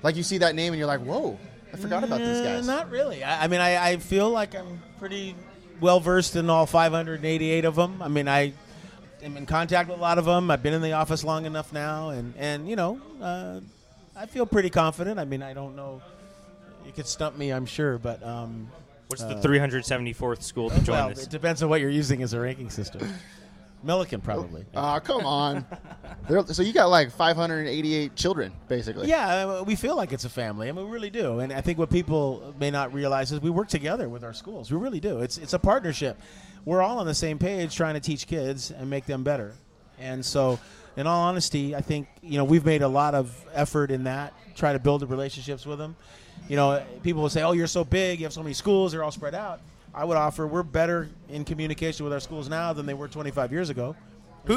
Speaker 2: Like you see that name and you're like, whoa, I forgot about these
Speaker 5: Uh,
Speaker 2: guys.
Speaker 5: Not really. I, I mean, I, I feel like I'm pretty well versed in all 588 of them. I mean, I am in contact with a lot of them. I've been in the office long enough now, and and you know, uh, I feel pretty confident. I mean, I don't know. You could stump me, I'm sure, but um,
Speaker 3: what's the 374th school to join
Speaker 5: well,
Speaker 3: this?
Speaker 5: it depends on what you're using as a
Speaker 2: *laughs*
Speaker 5: ranking system. Milliken probably.
Speaker 2: *laughs* Aw, come on. They're- so you got like 588 children, basically.
Speaker 5: Yeah, uh, we feel like it's a family, and we really do. And I think what people may not realize is we work together with our schools. We really do. It's it's a partnership. We're all on the same page trying to teach kids and make them better. And so, in all honesty, I think you know we've made a lot of effort in that, try to build the relationships with them. You know, people will say, "Oh, you're so big. You have so many schools. They're all spread out." I would offer we're better in communication with our schools now than they were 25 years ago. There's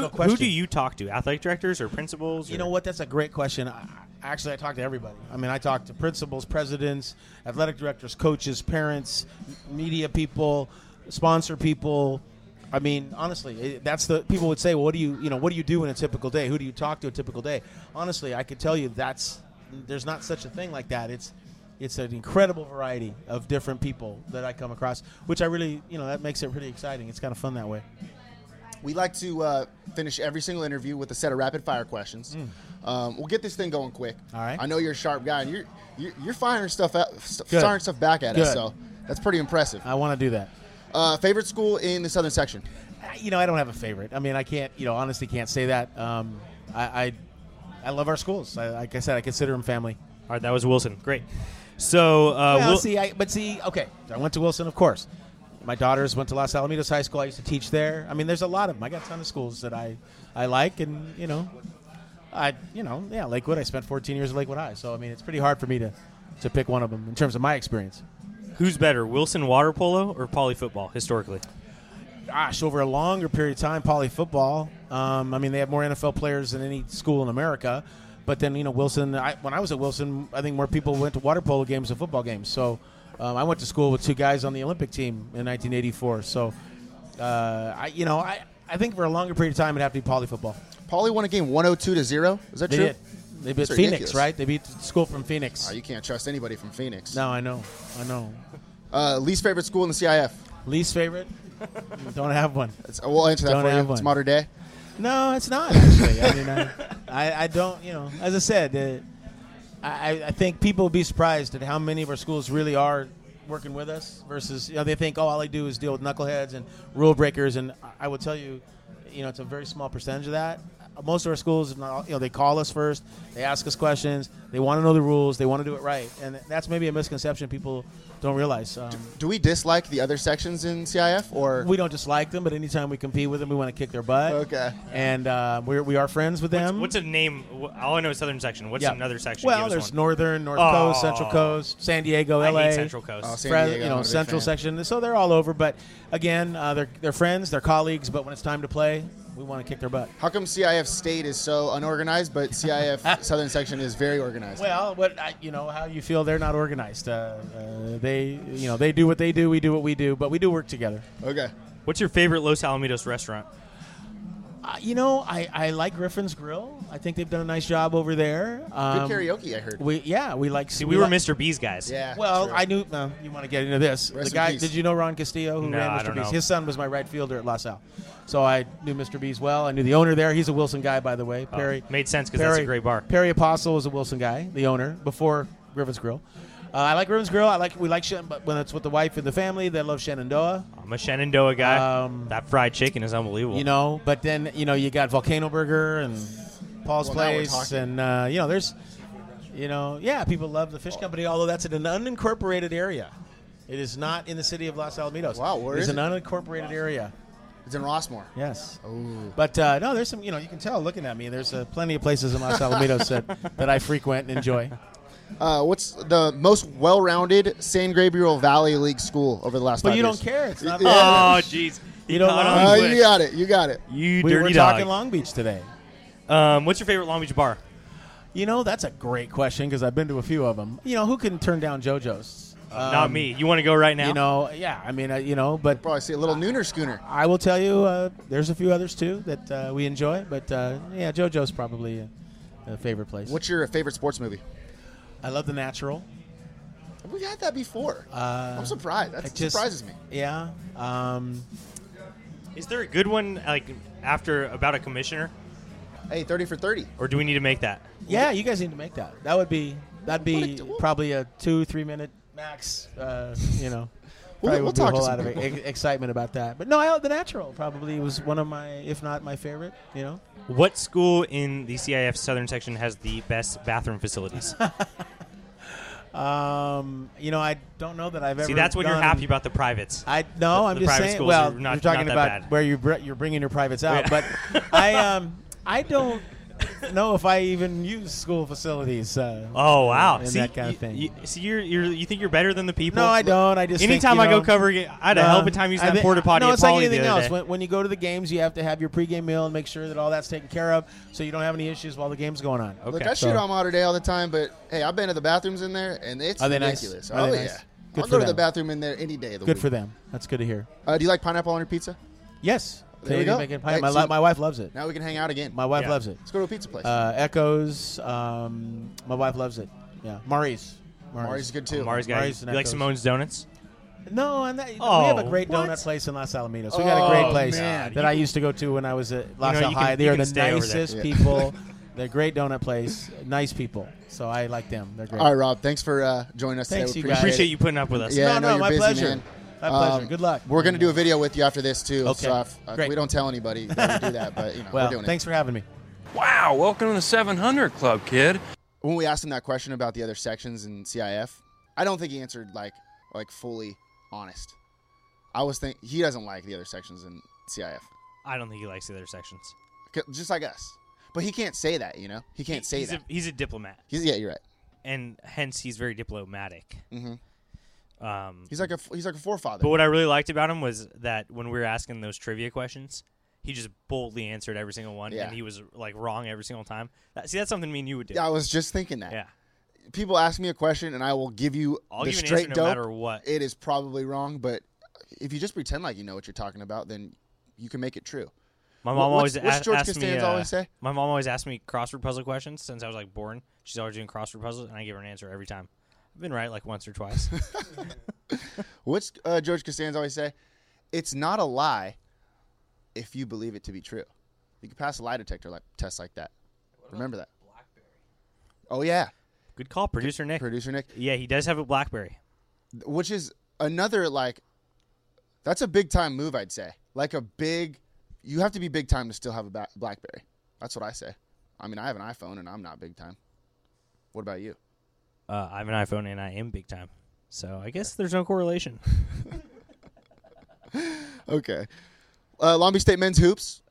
Speaker 3: who,
Speaker 5: no
Speaker 3: who
Speaker 5: question.
Speaker 3: do you talk to? Athletic directors or principals?
Speaker 5: You
Speaker 3: or-
Speaker 5: know what? That's a great question. I, actually, I talk to everybody. I mean, I talk to principals, presidents, athletic directors, coaches, parents, m- media people, sponsor people. I mean, honestly, it, that's the people would say, well, "What do you, you know, what do you do in a typical day? Who do you talk to a typical day?" Honestly, I could tell you that's there's not such a thing like that. It's it's an incredible variety of different people that I come across, which I really, you know, that makes it pretty exciting. It's kind of fun that way.
Speaker 2: We like to uh, finish every single interview with a set of rapid fire questions. Um, we'll get this thing going quick.
Speaker 5: Mm. All right.
Speaker 2: I know you're a sharp guy, and you're you're, you're firing stuff at, st-
Speaker 5: Good.
Speaker 2: firing stuff back at us.
Speaker 5: Good.
Speaker 2: So that's pretty impressive.
Speaker 5: I want to do that.
Speaker 2: Uh, favorite school in the southern section?
Speaker 5: you know, I don't have a favorite. I mean, I can't, you know, honestly can't say that. Um, I, I, I love our schools. I, like I said, I consider them family.
Speaker 3: All right, that was Wilson. Great. So, uh,
Speaker 5: well,
Speaker 3: Wil-
Speaker 5: see, I, but see, okay, I went to Wilson, of course. My daughters went to Los Alamitos High School. I used to teach there. I mean, there's a lot of them. I got a ton of schools that I, I like, and you know, I, you know, yeah, Lakewood. I spent 14 years at Lakewood High, so I mean, it's pretty hard for me to, to pick one of them in terms of my experience.
Speaker 3: who's better, Wilson water polo or poly football historically?
Speaker 5: gosh, over a longer period of time, poly football. Um, I mean, they have more NFL players than any school in America. But then, you know, Wilson, I, when I was at Wilson, I think more people went to water polo games than football games. So um, I went to school with two guys on the Olympic team in 1984. So, uh, I, you know, I, I think for a longer period of time, it'd have to be poly football.
Speaker 2: Paulie won a game 102 to zero. Is that
Speaker 5: They
Speaker 2: true?
Speaker 5: did. They beat
Speaker 2: That's
Speaker 5: Phoenix,
Speaker 2: ridiculous.
Speaker 5: right? They beat the school from Phoenix.
Speaker 2: Oh, you can't trust anybody from Phoenix.
Speaker 5: no, I know. I know.
Speaker 2: Uh, least favorite school in the CIF? *laughs*
Speaker 5: Least favorite? Don't have one.
Speaker 2: It's, uh, we'll answer that
Speaker 5: Don't
Speaker 2: for you.
Speaker 5: have
Speaker 2: It's
Speaker 5: one.
Speaker 2: modern day.
Speaker 5: No, it's not actually. I mean,
Speaker 3: *laughs*
Speaker 5: I, I, I don't. You know, as I said, uh, I, I- I think people will be surprised at how many of our schools really are working with us versus you know they think oh all I do is deal with knuckleheads and rule breakers and I- I will tell you, you know, it's a very small percentage of that. Most of our schools, if not all- you know, they call us first, they ask us questions, they want to know the rules, they want to do it right, and that's maybe a misconception people don't realize. Um,
Speaker 2: Do we dislike the other sections in CIF or
Speaker 5: we don't dislike them, but anytime we compete with them, we want to kick their butt.
Speaker 2: Okay.
Speaker 5: and uh, we're, we are friends with them.
Speaker 3: What's a name? wh- All I know is Southern section. What's
Speaker 5: Um, Yeah.
Speaker 3: another section? Give
Speaker 5: Well,
Speaker 3: us
Speaker 5: there's
Speaker 3: one.
Speaker 5: northern, north
Speaker 3: Oh.
Speaker 5: coast, central coast, San Diego, LA,
Speaker 3: I hate Central Coast.
Speaker 2: Oh, San
Speaker 5: Fres-
Speaker 2: Diego,
Speaker 5: you
Speaker 2: I'm
Speaker 5: know,
Speaker 2: not a big
Speaker 5: central
Speaker 2: fan.
Speaker 5: section. So they're all over. But again, uh, they're they're friends, they're colleagues. But when it's time to play, we want to kick their butt.
Speaker 2: How come CIF State is so unorganized, but
Speaker 5: *laughs*
Speaker 2: CIF Southern Section is very organized?
Speaker 5: Well, what I, you know, how you feel? They're not organized. Uh, uh, they, you know, they do what they do. We do what we do. But we do work together.
Speaker 2: Okay.
Speaker 3: What's your favorite Los Alamitos restaurant?
Speaker 5: Uh, you know, I, I like Griffin's Grill. I think they've done a nice job over there. Um,
Speaker 2: karaoke, I heard.
Speaker 5: We yeah, we like.
Speaker 3: See, we were
Speaker 5: like-
Speaker 3: Mr. B's guys.
Speaker 2: yeah.
Speaker 5: Well,
Speaker 2: true.
Speaker 5: I knew no, you want to get into this.
Speaker 2: Rest
Speaker 5: the
Speaker 2: in
Speaker 5: guy,
Speaker 2: peace.
Speaker 5: did you know Ron Castillo who
Speaker 3: No,
Speaker 5: ran
Speaker 3: I
Speaker 5: Mr.
Speaker 3: don't
Speaker 5: Beast?
Speaker 3: know.
Speaker 5: His son was my right fielder at La Salle, so I knew Mr. Beast well. I knew the owner there. He's a Wilson guy, by the way.
Speaker 3: Oh,
Speaker 5: Perry
Speaker 3: made sense 'cause that's a
Speaker 5: Perry-
Speaker 3: great bar.
Speaker 5: Perry Apostle was a Wilson guy, the owner before Griffin's Grill. Uh, I like Griffin's Grill. I like we like Shen, but when it's with the wife and the family, they love Shenandoah.
Speaker 3: I'm a Shenandoah guy.
Speaker 5: Um,
Speaker 3: that fried chicken is unbelievable.
Speaker 5: you know. But then you know you got Volcano Burger and Paul's
Speaker 2: Well, now we're
Speaker 5: Place,
Speaker 2: talking.
Speaker 5: and uh, you know there's, you know, yeah, people love the fish company. Although that's in an unincorporated area, it is not in the city of Los Alamitos.
Speaker 2: Wow, where
Speaker 5: it is
Speaker 2: is
Speaker 5: an
Speaker 2: it?
Speaker 5: unincorporated area.
Speaker 2: it's in Rossmore.
Speaker 5: Yes,
Speaker 2: Ooh.
Speaker 5: but uh, no, there's some. You know, you can tell looking at me. There's uh, plenty of places in Los Alamitos that, that I frequent and enjoy.
Speaker 2: Uh, what's the most well-rounded San Gabriel Valley League school over the last?
Speaker 5: But
Speaker 2: five
Speaker 5: you
Speaker 2: years?
Speaker 5: don't care. It's not.
Speaker 2: Yeah. *laughs*
Speaker 3: Oh, jeez.
Speaker 5: You don't
Speaker 3: Caught
Speaker 5: want-
Speaker 3: on
Speaker 2: Uh,
Speaker 3: quick.
Speaker 2: you got it. *laughs* You got it.
Speaker 3: You
Speaker 5: we
Speaker 3: dirty
Speaker 5: were
Speaker 3: dog.
Speaker 5: talking Long Beach today.
Speaker 3: um, what's your favorite Long Beach bar?
Speaker 5: You know, that's a great question because I've been to a few of them. You know, who can turn down JoJo's?
Speaker 3: Not
Speaker 5: Um,
Speaker 3: me. You want to go right now?
Speaker 5: You know, yeah. I mean, uh, you know, but
Speaker 2: Probably see a little nooner schooner.
Speaker 5: I will tell you, uh, there's a few others too that uh, we enjoy. But uh, yeah, JoJo's probably a, a favorite place.
Speaker 2: What's your favorite sports movie?
Speaker 5: I love The Natural.
Speaker 2: We had that before.
Speaker 5: Uh,
Speaker 2: I'm surprised. That
Speaker 5: It just-
Speaker 2: surprises me.
Speaker 5: Yeah. Um,
Speaker 3: is there a good one like after about a commissioner,
Speaker 2: Hey, 30 for 30.
Speaker 3: or do we need to make that?
Speaker 5: yeah, you guys need to make that. That would be that'd be
Speaker 2: What a-
Speaker 5: probably a two three minute max. Uh, you know.
Speaker 2: We'll-
Speaker 5: probably
Speaker 2: we'll
Speaker 5: would be
Speaker 2: talk
Speaker 5: a
Speaker 2: to
Speaker 5: whole
Speaker 2: some
Speaker 5: lot of
Speaker 2: people.
Speaker 5: ex- excitement about that. But no, I, The Natural probably was one of my, if not my favorite. You know.
Speaker 3: What school in the CIF Southern section has the best bathroom
Speaker 5: *laughs*
Speaker 3: facilities?
Speaker 5: Um, you know, I don't know that I've ever.
Speaker 3: See, that's when you're
Speaker 5: gone
Speaker 3: happy
Speaker 5: and-
Speaker 3: about the privates.
Speaker 5: I no,
Speaker 3: The-
Speaker 5: I'm
Speaker 3: the
Speaker 5: just
Speaker 3: private
Speaker 5: saying.
Speaker 3: schools
Speaker 5: Well,
Speaker 3: are not-
Speaker 5: you're talking
Speaker 3: not that
Speaker 5: about
Speaker 3: bad.
Speaker 5: where you're br- you're bringing your privates
Speaker 3: Yeah.
Speaker 5: out, but
Speaker 3: *laughs*
Speaker 5: I um I don't know if I even use school facilities. Uh,
Speaker 3: Oh wow!
Speaker 5: and
Speaker 3: see,
Speaker 5: that kind
Speaker 3: you-
Speaker 5: of thing.
Speaker 3: You, see, you're, you're you think you're better than the people?
Speaker 5: no, I don't. I just think,
Speaker 3: Anytime
Speaker 5: you
Speaker 3: I go
Speaker 5: know, uh,
Speaker 3: cover, I had a hell of a time using
Speaker 5: I
Speaker 3: that
Speaker 5: thi-
Speaker 3: porta potty.
Speaker 5: No,
Speaker 3: at
Speaker 5: it's like
Speaker 3: Pauly the
Speaker 5: anything
Speaker 3: other
Speaker 5: else.
Speaker 3: day.
Speaker 5: When, when you go to the games, you have to have your pregame meal and make sure that all that's taken care of, so you don't have any issues while the game's going on.
Speaker 3: Okay.
Speaker 2: Look, I
Speaker 5: so-
Speaker 2: shoot on Modern Day all the time, but hey, I've been to the bathrooms in there, and it's
Speaker 5: Are they nice?
Speaker 2: ridiculous.
Speaker 5: Are
Speaker 2: Oh,
Speaker 5: they
Speaker 2: yeah.
Speaker 5: nice? Good
Speaker 2: I'll
Speaker 5: for
Speaker 2: go to
Speaker 5: them.
Speaker 2: the bathroom in there any day of the
Speaker 5: Good
Speaker 2: week.
Speaker 5: for them. That's good to hear.
Speaker 2: Uh, do you like pineapple on your pizza?
Speaker 5: Yes,
Speaker 2: There you
Speaker 5: They're
Speaker 2: go.
Speaker 5: making pie.
Speaker 2: Hey,
Speaker 5: my,
Speaker 2: see-
Speaker 5: li- my wife loves it.
Speaker 2: Now we can hang out again.
Speaker 5: My wife
Speaker 3: Yeah.
Speaker 5: loves it.
Speaker 2: Let's go to a pizza place.
Speaker 5: uh, Echoes. Um, my wife loves it. Yeah, Maurice.
Speaker 2: Mari's good too.
Speaker 3: Mars guy,
Speaker 5: Mars
Speaker 3: you
Speaker 5: and
Speaker 3: like
Speaker 5: Echoes.
Speaker 3: Simone's donuts?
Speaker 5: No, and that,
Speaker 3: Oh,
Speaker 5: we have a great
Speaker 3: what?
Speaker 5: donut place in Los Alamitos. We got a
Speaker 2: Oh,
Speaker 5: great place
Speaker 2: man.
Speaker 5: that I used to go to when I was at Los
Speaker 3: know, you
Speaker 5: Al High.
Speaker 3: can-
Speaker 5: They
Speaker 3: you
Speaker 5: are
Speaker 3: can
Speaker 5: the
Speaker 3: stay over there.
Speaker 5: nicest
Speaker 2: Yeah. *laughs*
Speaker 5: people. They're great donut place. Nice people. So I like them. They're great.
Speaker 2: All right, Rob. Thanks for uh, joining us
Speaker 5: Thanks,
Speaker 2: today.
Speaker 5: you
Speaker 2: We
Speaker 5: guys.
Speaker 3: Appreciate
Speaker 2: it.
Speaker 3: you putting up with us.
Speaker 2: Yeah,
Speaker 5: No,
Speaker 2: I know
Speaker 5: no,
Speaker 2: you're
Speaker 5: my
Speaker 2: busy,
Speaker 5: pleasure.
Speaker 2: man.
Speaker 5: My pleasure.
Speaker 2: Um,
Speaker 5: Good luck.
Speaker 2: We're gonna do a video with you after this too.
Speaker 5: Okay.
Speaker 2: So I've- uh,
Speaker 5: Great.
Speaker 2: we don't tell anybody that we do that, but you know, we're
Speaker 5: Well,
Speaker 2: doing
Speaker 5: thanks for having me.
Speaker 4: Wow, welcome to the 700 Club, kid.
Speaker 2: it. When we asked him that question about the other sections in CIF, I don't think he answered like like fully honest. I was think he doesn't like the other sections in CIF,
Speaker 3: I don't think he likes the other sections.
Speaker 2: 'Cause- just like us. But he can't say that, you know. He can't say
Speaker 3: he's
Speaker 2: that.
Speaker 3: A, he's a diplomat,
Speaker 2: he's yeah, you're right.
Speaker 3: and hence he's very diplomatic.
Speaker 2: Mhm.
Speaker 3: Um,
Speaker 2: He's like a f- he's like a forefather.
Speaker 3: but what I really liked about him was that when we were asking those trivia questions, he just boldly answered every single one,
Speaker 2: Yeah.
Speaker 3: and he was like wrong every single time. That, see, that's something me and you would do.
Speaker 2: yeah, I was just thinking that.
Speaker 3: Yeah.
Speaker 2: People ask me a question, and I will give you
Speaker 3: I'll
Speaker 2: the
Speaker 3: give you an
Speaker 2: straight
Speaker 3: answer
Speaker 2: dope.
Speaker 3: no matter what.
Speaker 2: it is probably wrong, but if you just pretend like you know what you're talking about, then you can make it true.
Speaker 3: My mom
Speaker 2: What's-
Speaker 3: always
Speaker 2: what's
Speaker 3: a-
Speaker 2: George
Speaker 3: asked me.
Speaker 2: Costanza
Speaker 3: uh,
Speaker 2: always say?
Speaker 3: My mom always asked me crossword puzzle questions since I was like born. She's always doing crossword puzzles, and I give her an answer every time. I've been right like once
Speaker 2: *laughs*
Speaker 3: or twice.
Speaker 2: What's uh, George Costanza always say? It's not a lie if you believe it to be true. You can pass a lie detector like test like that. Remember that. Oh yeah,
Speaker 3: Good call, producer Nick.
Speaker 2: producer Nick,
Speaker 3: yeah, he does have a BlackBerry.
Speaker 2: which is another like that's a big time move I'd say. Like a big, you have to be big time to still have a ba- BlackBerry. That's what I say. I mean, I have an iPhone and I'm not big time. What about you?
Speaker 3: Uh, I have an iPhone and I am big time. So I guess there's no correlation.
Speaker 2: Okay. Uh, Long Beach State men's hoops.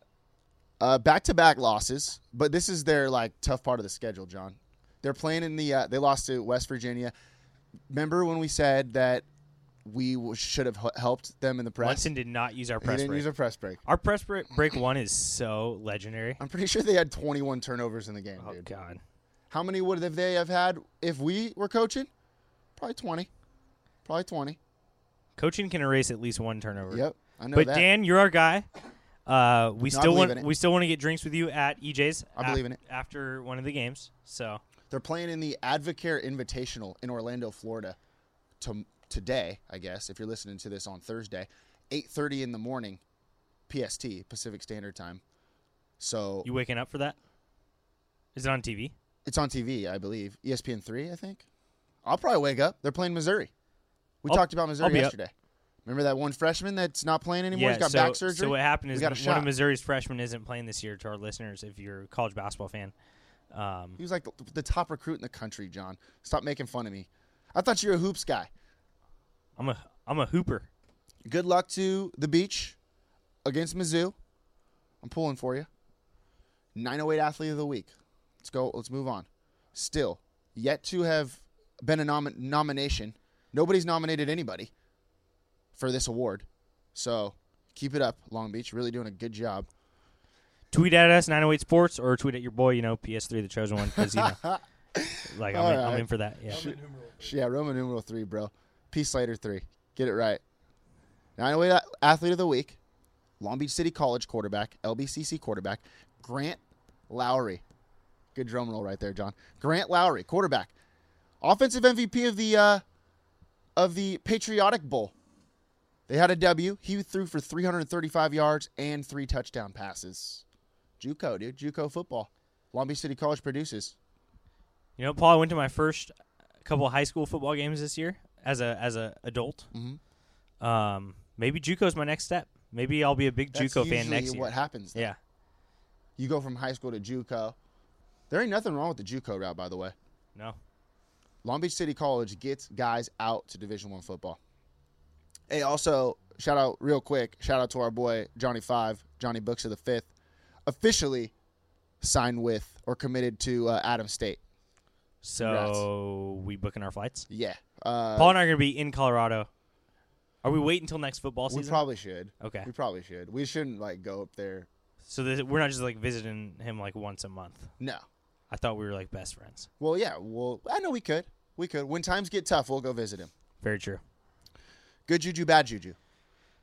Speaker 2: Uh, back-to-back losses, but this is their like tough part of the schedule, John. They're playing in the. Uh, they lost to West Virginia. Remember when we said that we w- should have h- helped them in the press?
Speaker 3: Munson did not use our
Speaker 2: He
Speaker 3: press
Speaker 2: didn't
Speaker 3: break.
Speaker 2: use a press break.
Speaker 3: our press break, break one is so legendary.
Speaker 2: I'm pretty sure they had 21 turnovers in the game,
Speaker 3: Oh
Speaker 2: Oh, dude.
Speaker 3: God,
Speaker 2: How many would have they have had if we were coaching? Probably 20. Probably 20.
Speaker 3: coaching can erase at least one turnover.
Speaker 2: Yep, I know
Speaker 3: But
Speaker 2: that.
Speaker 3: Dan, you're our guy. Uh, we
Speaker 2: No, I
Speaker 3: still
Speaker 2: believe in
Speaker 3: want
Speaker 2: it.
Speaker 3: we still want to get drinks with you at EJ's.
Speaker 2: I believe in it.
Speaker 3: after one of the games. So
Speaker 2: They're playing in the Advocare Invitational in Orlando, Florida, to, today. I guess if you're listening to this on Thursday, 8:30 in the morning, PST Pacific Standard Time. So
Speaker 3: you waking up for that? Is it on TV?
Speaker 2: it's on TV, I believe. E ESPN three, I think. I'll probably wake up. They're playing Missouri. We
Speaker 3: I'll-
Speaker 2: talked about
Speaker 3: I'll
Speaker 2: Missouri
Speaker 3: be up.
Speaker 2: yesterday. Remember that one freshman that's not playing anymore? He's got
Speaker 3: so,
Speaker 2: back surgery.
Speaker 3: So what happened is
Speaker 2: we got a
Speaker 3: one
Speaker 2: shot.
Speaker 3: of Missouri's freshmen isn't playing this year. To our listeners, if you're a college basketball fan, um,
Speaker 2: He was like the, the top recruit in the country, John. Stop making fun of me. I thought you were a hoops guy.
Speaker 3: I'm a I'm a hooper.
Speaker 2: Good luck to the beach against Mizzou. I'm pulling for you. 908 athlete of the week. Let's go. Let's move on. Still, yet to have been a nom- nomination. Nobody's nominated anybody for this award. So keep it up, Long Beach. Really doing a good job.
Speaker 3: Tweet at us 908 Sports or tweet at your boy. You know PS3 the chosen one because
Speaker 2: *laughs*
Speaker 3: you know, like I'm in, I'm
Speaker 2: right.
Speaker 3: in for that. Yeah.
Speaker 2: Yeah, Roman numeral three, bro. Peace Slater three. Get it right. 908 athlete of the week, Long Beach City College quarterback, LBCC quarterback, Grant Lowry. Good drum roll right there, John. Grant Lowry, quarterback, offensive MVP of the uh, of the Patriotic Bowl. They had a W. He threw for 335 yards and three touchdown passes. JUCO, dude. JUCO football. Long Beach City College produces.
Speaker 3: You know, Paul, I went to my first uh, couple of high school football games this year as a as a adult.
Speaker 2: Mm-hmm.
Speaker 3: Um, maybe JUCO's my next step. Maybe I'll be a big
Speaker 2: That's
Speaker 3: JUCO fan
Speaker 2: usually
Speaker 3: next year.
Speaker 2: What happens? though.
Speaker 3: yeah,
Speaker 2: You go from high school to JUCO. There ain't nothing wrong with the JUCO route, by the way.
Speaker 3: no,
Speaker 2: Long Beach City College gets guys out to Division One football. Hey, also shout out real quick. Shout out to our boy Johnny Five, Johnny Books of the Fifth, officially signed with or committed to uh, Adam State.
Speaker 3: so we booking our flights.
Speaker 2: Yeah, uh,
Speaker 3: Paul and I are gonna be in Colorado. Are we waiting until next football
Speaker 2: we
Speaker 3: season?
Speaker 2: probably should.
Speaker 3: Okay.
Speaker 2: we probably should. We shouldn't like go up there.
Speaker 3: so this, we're not just like visiting him like once a month.
Speaker 2: No.
Speaker 3: I thought we were like best friends.
Speaker 2: Well, yeah. Well, I know we could. We could. When times get tough, we'll go visit him.
Speaker 3: Very true.
Speaker 2: Good juju, bad juju.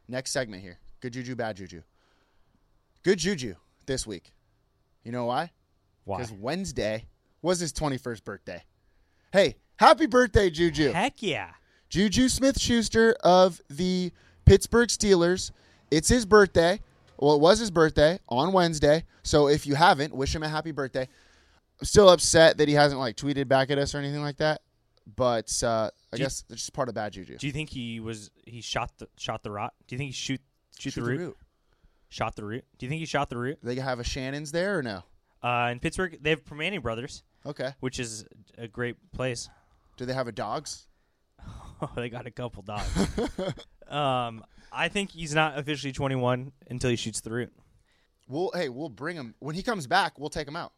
Speaker 2: Next segment here. Good juju, bad juju. Good juju this week. You know why?
Speaker 3: Why?
Speaker 2: Because Wednesday was his 21st birthday. Hey, happy birthday, Juju.
Speaker 3: Heck yeah!
Speaker 2: Juju Smith Schuster of the Pittsburgh Steelers. It's his birthday. Well, it was his birthday on Wednesday. So if you haven't, wish him a happy birthday. I'm still upset that he hasn't like tweeted back at us or anything like that. But uh, I
Speaker 3: Do you-
Speaker 2: guess it's just part of bad juju.
Speaker 3: Do you think he was he shot the shot the rot? Do you think he shoot shoot,
Speaker 2: Shoot the root.
Speaker 3: Shot the root. Do you think he shot the root?
Speaker 2: They have a Shannon's there or no?
Speaker 3: Uh, in Pittsburgh, they have Permane Brothers,
Speaker 2: Okay.
Speaker 3: which is a great place. *laughs*
Speaker 2: Do they have a dogs?
Speaker 3: Oh, they got a
Speaker 2: *laughs*
Speaker 3: couple dogs. um, I think he's not officially 21 until he shoots the root.
Speaker 2: We'll hey, we'll bring him when he comes back. We'll take him out.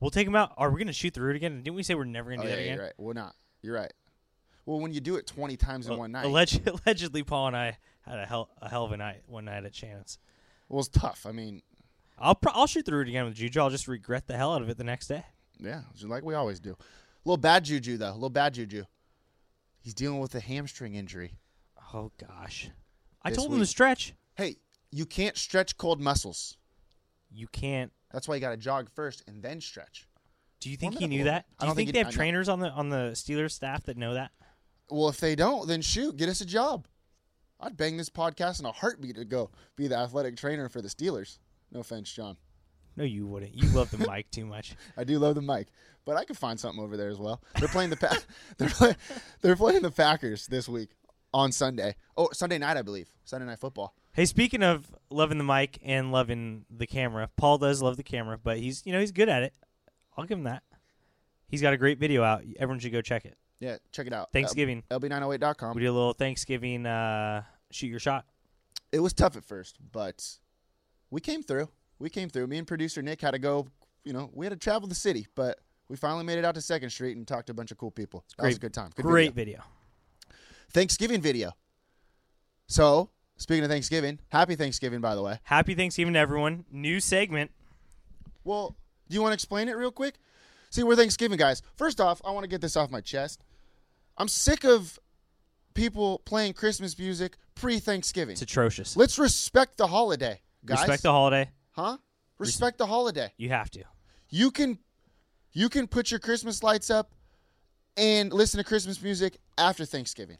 Speaker 3: We'll take him out. Are we gonna shoot the root again? Didn't we say we're never gonna do that again?
Speaker 2: Oh, you're right. We're not. You're right. Well, when you do it twenty times in one night,
Speaker 3: Alleged, *laughs* allegedly, Paul and I had a hell a hell of a night one night at Shannon's.
Speaker 2: well, it's tough. I mean,
Speaker 3: I'll pro- I'll shoot the root again with Juju. I'll just regret the hell out of it the next day.
Speaker 2: yeah, just like we always do. little bad juju though. little bad juju. He's dealing with a hamstring injury.
Speaker 3: Oh gosh, I
Speaker 2: This
Speaker 3: told him to
Speaker 2: week.
Speaker 3: stretch.
Speaker 2: Hey, you can't stretch cold muscles.
Speaker 3: You can't.
Speaker 2: That's why you got to jog first and then stretch.
Speaker 3: Do you think he
Speaker 2: Formidable.
Speaker 3: knew that?
Speaker 2: I
Speaker 3: Do you
Speaker 2: don't think
Speaker 3: think,
Speaker 2: he-
Speaker 3: they
Speaker 2: I
Speaker 3: have
Speaker 2: know.
Speaker 3: trainers on the on the Steelers staff that know that?
Speaker 2: Well, if they don't, then shoot, get us a job. I'd bang this podcast in a heartbeat to go be the athletic trainer for the Steelers. No offense, John.
Speaker 3: No, you wouldn't. You *laughs* love the mic too much.
Speaker 2: I do love the mic, but I could find something over there as well. They're playing the pa- *laughs* they're play- they're playing the Packers this week on Sunday. Oh, Sunday night, I believe. Sunday night football.
Speaker 3: Hey, speaking of loving the mic and loving the camera, Paul does love the camera, but he's you know he's good at it. I'll give him that. He's got a great video out. Everyone should go check it.
Speaker 2: Yeah, check it out.
Speaker 3: Thanksgiving.
Speaker 2: Uh, LB908.com.
Speaker 3: We did a little Thanksgiving uh, shoot your shot.
Speaker 2: It was tough at first, but we came through. We came through. Me and producer Nick had to go, you know, we had to travel the city, but we finally made it out to 2nd Street and talked to a bunch of cool people. That was a good time. Good
Speaker 3: great
Speaker 2: video.
Speaker 3: video.
Speaker 2: Thanksgiving video. So, speaking of Thanksgiving, happy Thanksgiving, by the way.
Speaker 3: Happy Thanksgiving to everyone. New segment.
Speaker 2: Well, do you want to explain it real quick? See, we're Thanksgiving guys. First off, I want to get this off my chest. I'm sick of people playing Christmas music pre Thanksgiving.
Speaker 3: It's atrocious.
Speaker 2: Let's respect the holiday. Guys?
Speaker 3: Respect the holiday.
Speaker 2: huh? Respect the holiday.
Speaker 3: You have to.
Speaker 2: You can you can put your Christmas lights up and listen to Christmas music after Thanksgiving.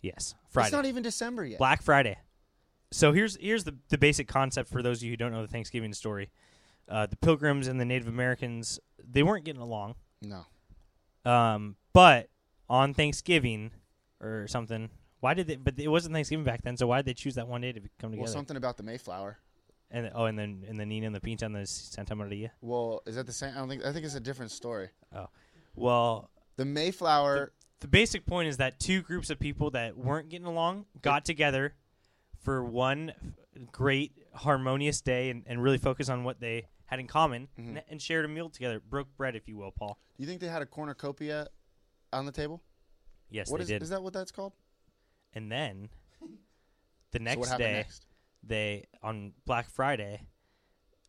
Speaker 3: Yes. Friday.
Speaker 2: It's not even December yet.
Speaker 3: Black Friday. So here's here's the, the basic concept for those of you who don't know the Thanksgiving story. Uh, the Pilgrims and the Native Americans they weren't getting along,
Speaker 2: No.
Speaker 3: um, but on Thanksgiving or something. Why did they? But it wasn't Thanksgiving back then, so why did they choose that one day to be- come
Speaker 2: Well,
Speaker 3: together?
Speaker 2: something about the Mayflower.
Speaker 3: and oh, and then and the Nina and the Pinta and the Santa Maria.
Speaker 2: Well, is that the same? I don't think. I think it's a different story.
Speaker 3: Oh, well,
Speaker 2: The Mayflower.
Speaker 3: the basic point is that two groups of people that weren't getting along got together for one f- great harmonious day and, and really focus on what they had in common
Speaker 2: Mm-hmm.
Speaker 3: and, and shared a meal together broke bread if you will paul
Speaker 2: Do you think they had a cornucopia on the table?
Speaker 3: yes
Speaker 2: What
Speaker 3: they
Speaker 2: is
Speaker 3: did
Speaker 2: is that? What that's called? *laughs*
Speaker 3: and then
Speaker 2: So
Speaker 3: the
Speaker 2: what
Speaker 3: next
Speaker 2: happened
Speaker 3: day
Speaker 2: next?
Speaker 3: they on black friday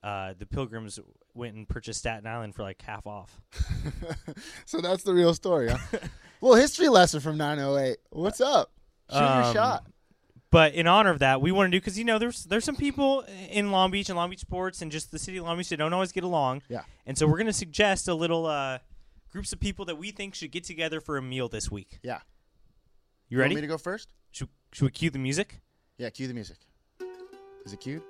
Speaker 3: uh, the pilgrims went and purchased staten island for like half off
Speaker 2: So that's the real story.
Speaker 3: *laughs*
Speaker 2: Huh? well, history lesson from 908. What's up? Shoot your
Speaker 3: Um,
Speaker 2: shot.
Speaker 3: but in honor of that, we want to do because you know there's there's some people in Long Beach and Long Beach sports and just the city of Long Beach that don't always get along.
Speaker 2: Yeah.
Speaker 3: And so we're gonna suggest a little uh, groups of people that we think should get together for a meal this week.
Speaker 2: Yeah.
Speaker 3: You
Speaker 2: Want
Speaker 3: ready?
Speaker 2: me to go first?
Speaker 3: should, should we cue the music?
Speaker 2: Yeah. Cue the music. Is it cued?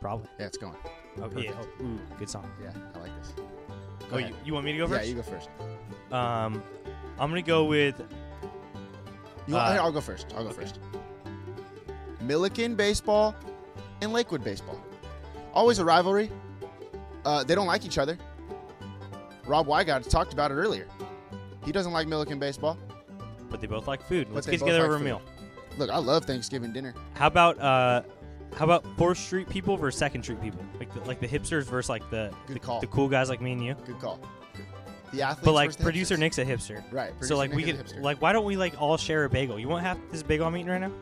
Speaker 3: Probably.
Speaker 2: Yeah, it's going.
Speaker 3: Oh, yeah. Oh, ooh, good song.
Speaker 2: Yeah, I like this. Go
Speaker 3: Oh,
Speaker 2: ahead.
Speaker 3: you, you want me to go
Speaker 2: yeah,
Speaker 3: first?
Speaker 2: you go first.
Speaker 3: Um, I'm gonna go with
Speaker 2: You
Speaker 3: Uh,
Speaker 2: I'll go first. I'll go first. Milliken baseball and Lakewood baseball. Always a rivalry. Uh, they don't like each other. Rob Wygod talked about it earlier. He doesn't like Milliken baseball.
Speaker 3: but they both like food. Let's
Speaker 2: they
Speaker 3: get
Speaker 2: both
Speaker 3: together
Speaker 2: like
Speaker 3: over a
Speaker 2: food.
Speaker 3: meal.
Speaker 2: Look, I love Thanksgiving dinner.
Speaker 3: How about uh, how about Fourth Street people versus Second Street people? Like the, like the hipsters versus like the
Speaker 2: Good
Speaker 3: the,
Speaker 2: call.
Speaker 3: the cool guys like me and you.
Speaker 2: Good call. The athletes.
Speaker 3: But like
Speaker 2: versus the
Speaker 3: producer
Speaker 2: hipsters.
Speaker 3: Nick's a hipster.
Speaker 2: Right,
Speaker 3: So
Speaker 2: producer
Speaker 3: like we
Speaker 2: Nick is
Speaker 3: could
Speaker 2: a hipster.
Speaker 3: like why don't we like all share a bagel? You want half this bagel I'm eating right now?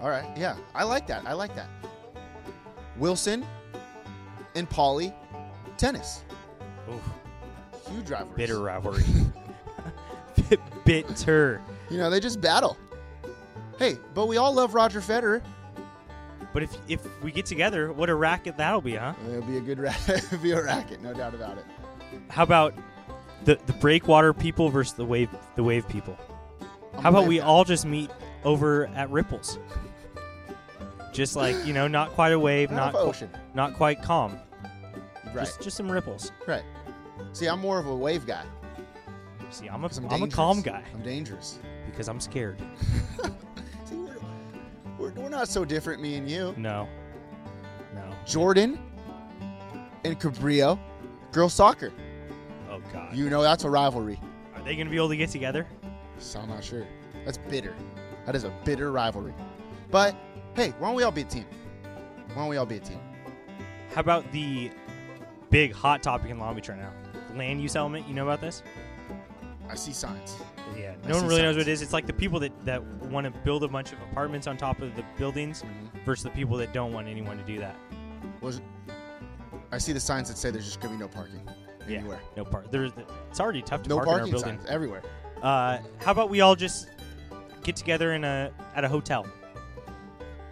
Speaker 2: All right. Yeah, I like that. I like that. Wilson and Pauly, tennis.
Speaker 3: Oof,
Speaker 2: Huge rivalries.
Speaker 3: bitter rivalry. *laughs* Bit- bitter.
Speaker 2: You know, they just battle. Hey, but we all love Roger Federer.
Speaker 3: But if if we get together, what a racket that'll be, huh?
Speaker 2: It'll be a good ra- *laughs* it'll be a racket, no doubt about it.
Speaker 3: How about the the breakwater people versus the wave the wave people?
Speaker 2: I'm
Speaker 3: How about
Speaker 2: with
Speaker 3: we
Speaker 2: that.
Speaker 3: all just meet over at Ripples? Just like you know, not quite a wave,
Speaker 2: Not
Speaker 3: not
Speaker 2: off
Speaker 3: qu-
Speaker 2: ocean.
Speaker 3: not quite calm.
Speaker 2: Right,
Speaker 3: Just just some ripples.
Speaker 2: right. See, I'm more of a wave guy.
Speaker 3: See, I'm a
Speaker 2: 'cause I'm,
Speaker 3: I'm a
Speaker 2: dangerous.
Speaker 3: calm guy
Speaker 2: I'm dangerous.
Speaker 3: because I'm scared.
Speaker 2: See, we're, we're, we're not so different, me and you.
Speaker 3: No, no.
Speaker 2: Jordan and Cabrillo, girls soccer.
Speaker 3: Oh God.
Speaker 2: You know that's a rivalry.
Speaker 3: Are they going to be able to get together?
Speaker 2: So I'm not sure. That's bitter. That is a bitter rivalry. But hey, why don't we all be a team? Why don't we all be a team?
Speaker 3: How about the big hot topic in Long Beach right now? Land use element. You know about this?
Speaker 2: I see signs.
Speaker 3: Yeah.
Speaker 2: I
Speaker 3: No one
Speaker 2: see
Speaker 3: really knows
Speaker 2: signs.
Speaker 3: what it is. It's like the people that, that want to build a bunch of apartments on top of the buildings
Speaker 2: Mm-hmm.
Speaker 3: versus the people that don't want anyone to do that.
Speaker 2: Was I see the signs that say there's just gonna be no parking
Speaker 3: Yeah.
Speaker 2: anywhere.
Speaker 3: No park. There's it's already tough to
Speaker 2: No
Speaker 3: park in
Speaker 2: parking
Speaker 3: our building.
Speaker 2: signs everywhere.
Speaker 3: Uh, how about we all just get together in a at a hotel?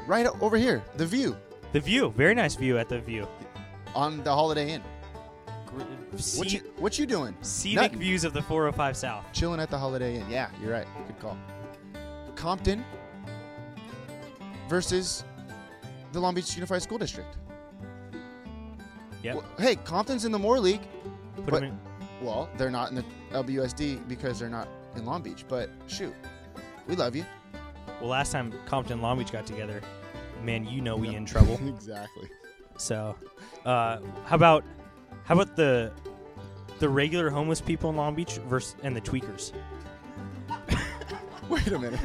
Speaker 2: Right o- over here, the view
Speaker 3: The view, very nice view at the view.
Speaker 2: on the Holiday Inn.
Speaker 3: Gr-
Speaker 2: What
Speaker 3: sce-
Speaker 2: you what you doing?
Speaker 3: Scenic
Speaker 2: Nothing.
Speaker 3: views of the 405 South.
Speaker 2: Chilling at the Holiday Inn. Yeah, you're right. Good call. Compton versus the Long Beach Unified School District.
Speaker 3: Yep.
Speaker 2: Well, hey, Compton's in the Moore League.
Speaker 3: Put 'em
Speaker 2: but-
Speaker 3: in.
Speaker 2: Well, they're not in the LBUSD because they're not in Long Beach. But shoot, we love you.
Speaker 3: Well, last time Compton and Long Beach got together, man, you know we in *laughs* trouble.
Speaker 2: exactly.
Speaker 3: So, uh, how about how about the the regular homeless people in Long Beach versus and the tweakers?
Speaker 2: *laughs* Wait a minute.